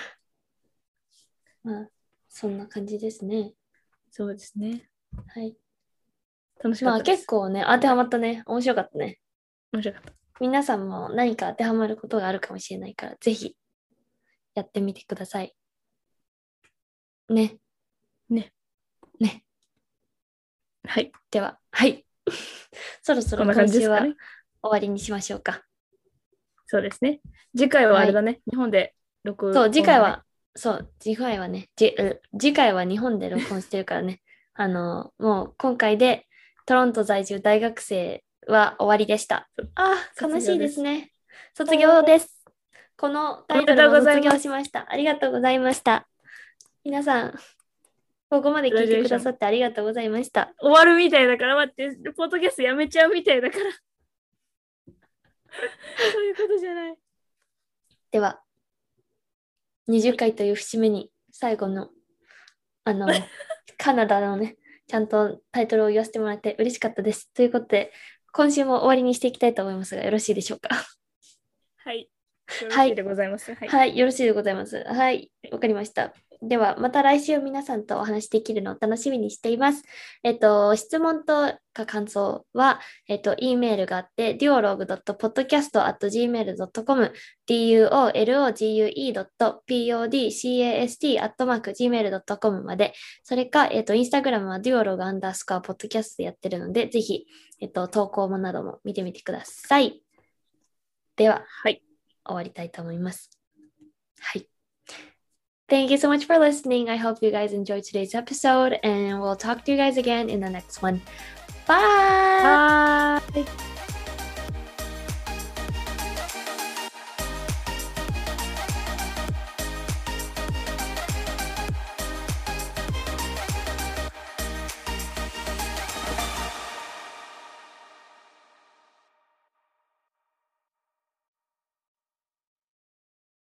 Speaker 2: う。
Speaker 1: まあ、そんな感じですね。
Speaker 2: そうですね。
Speaker 1: はい。
Speaker 2: 楽しか
Speaker 1: ま
Speaker 2: っ
Speaker 1: あ
Speaker 2: たで
Speaker 1: 結
Speaker 2: す。
Speaker 1: 構ね、当てはまったね。面白かったね。
Speaker 2: 面白かった。
Speaker 1: 皆さんも何か当てはまることがあるかもしれないから、ぜひやってみてください。ね。
Speaker 2: ね。
Speaker 1: ね。
Speaker 2: はい。
Speaker 1: では、はい。 *laughs* そろそ
Speaker 2: こ
Speaker 1: ろ
Speaker 2: んな感
Speaker 1: 今
Speaker 2: じで
Speaker 1: 週
Speaker 2: す
Speaker 1: は
Speaker 2: か
Speaker 1: 終
Speaker 2: ね。
Speaker 1: わりにしましょうか。
Speaker 2: そうですね。次回はあれだね。日本で録音
Speaker 1: そう、次回
Speaker 2: だね。
Speaker 1: は、そう、次回はね、じう次回は日本で録音してるからね、あの、もう今回でトロント在住大学生は終わりでした。あー、悲しいですね。卒業です。このタイトルも卒業しました。ありがとうございました。皆さん、ここまで聞いてくださってありがとうございました。
Speaker 2: 終わるみたいだから、待って、ポッドキャストやめちゃうみたい
Speaker 1: *laughs*
Speaker 2: だから。そういうことじゃない。
Speaker 1: では、 20回という節目に最後のあの *laughs* カナダのねちゃんとタイトルを言わせてもらって嬉しかったです。ということで今週も終わりにしていきたいと思いますがよろしいでしょうか。
Speaker 2: はい。
Speaker 1: はい
Speaker 2: よろしでございます。はい。
Speaker 1: はい、よろしいでございます。はい、わかりました。では、また来週皆さんとお話しできるのを楽しみにしています。えっと、質問とか感想は、えっと、E メールがあって、duologue.podcast.gmail.com、duologue.podcast.gmail.com まで、それか、えっと、インスタグラムは duologue アンダースコアポッドキャストやってるので、ぜひ、えっと、投稿もなども見てみてください。では、
Speaker 2: はい。
Speaker 1: 終わりたいと思います。はい。Thank you so much for listening. I hope you guys enjoyed today's episode and we'll talk to you guys again in the next one. Bye!
Speaker 2: はーい。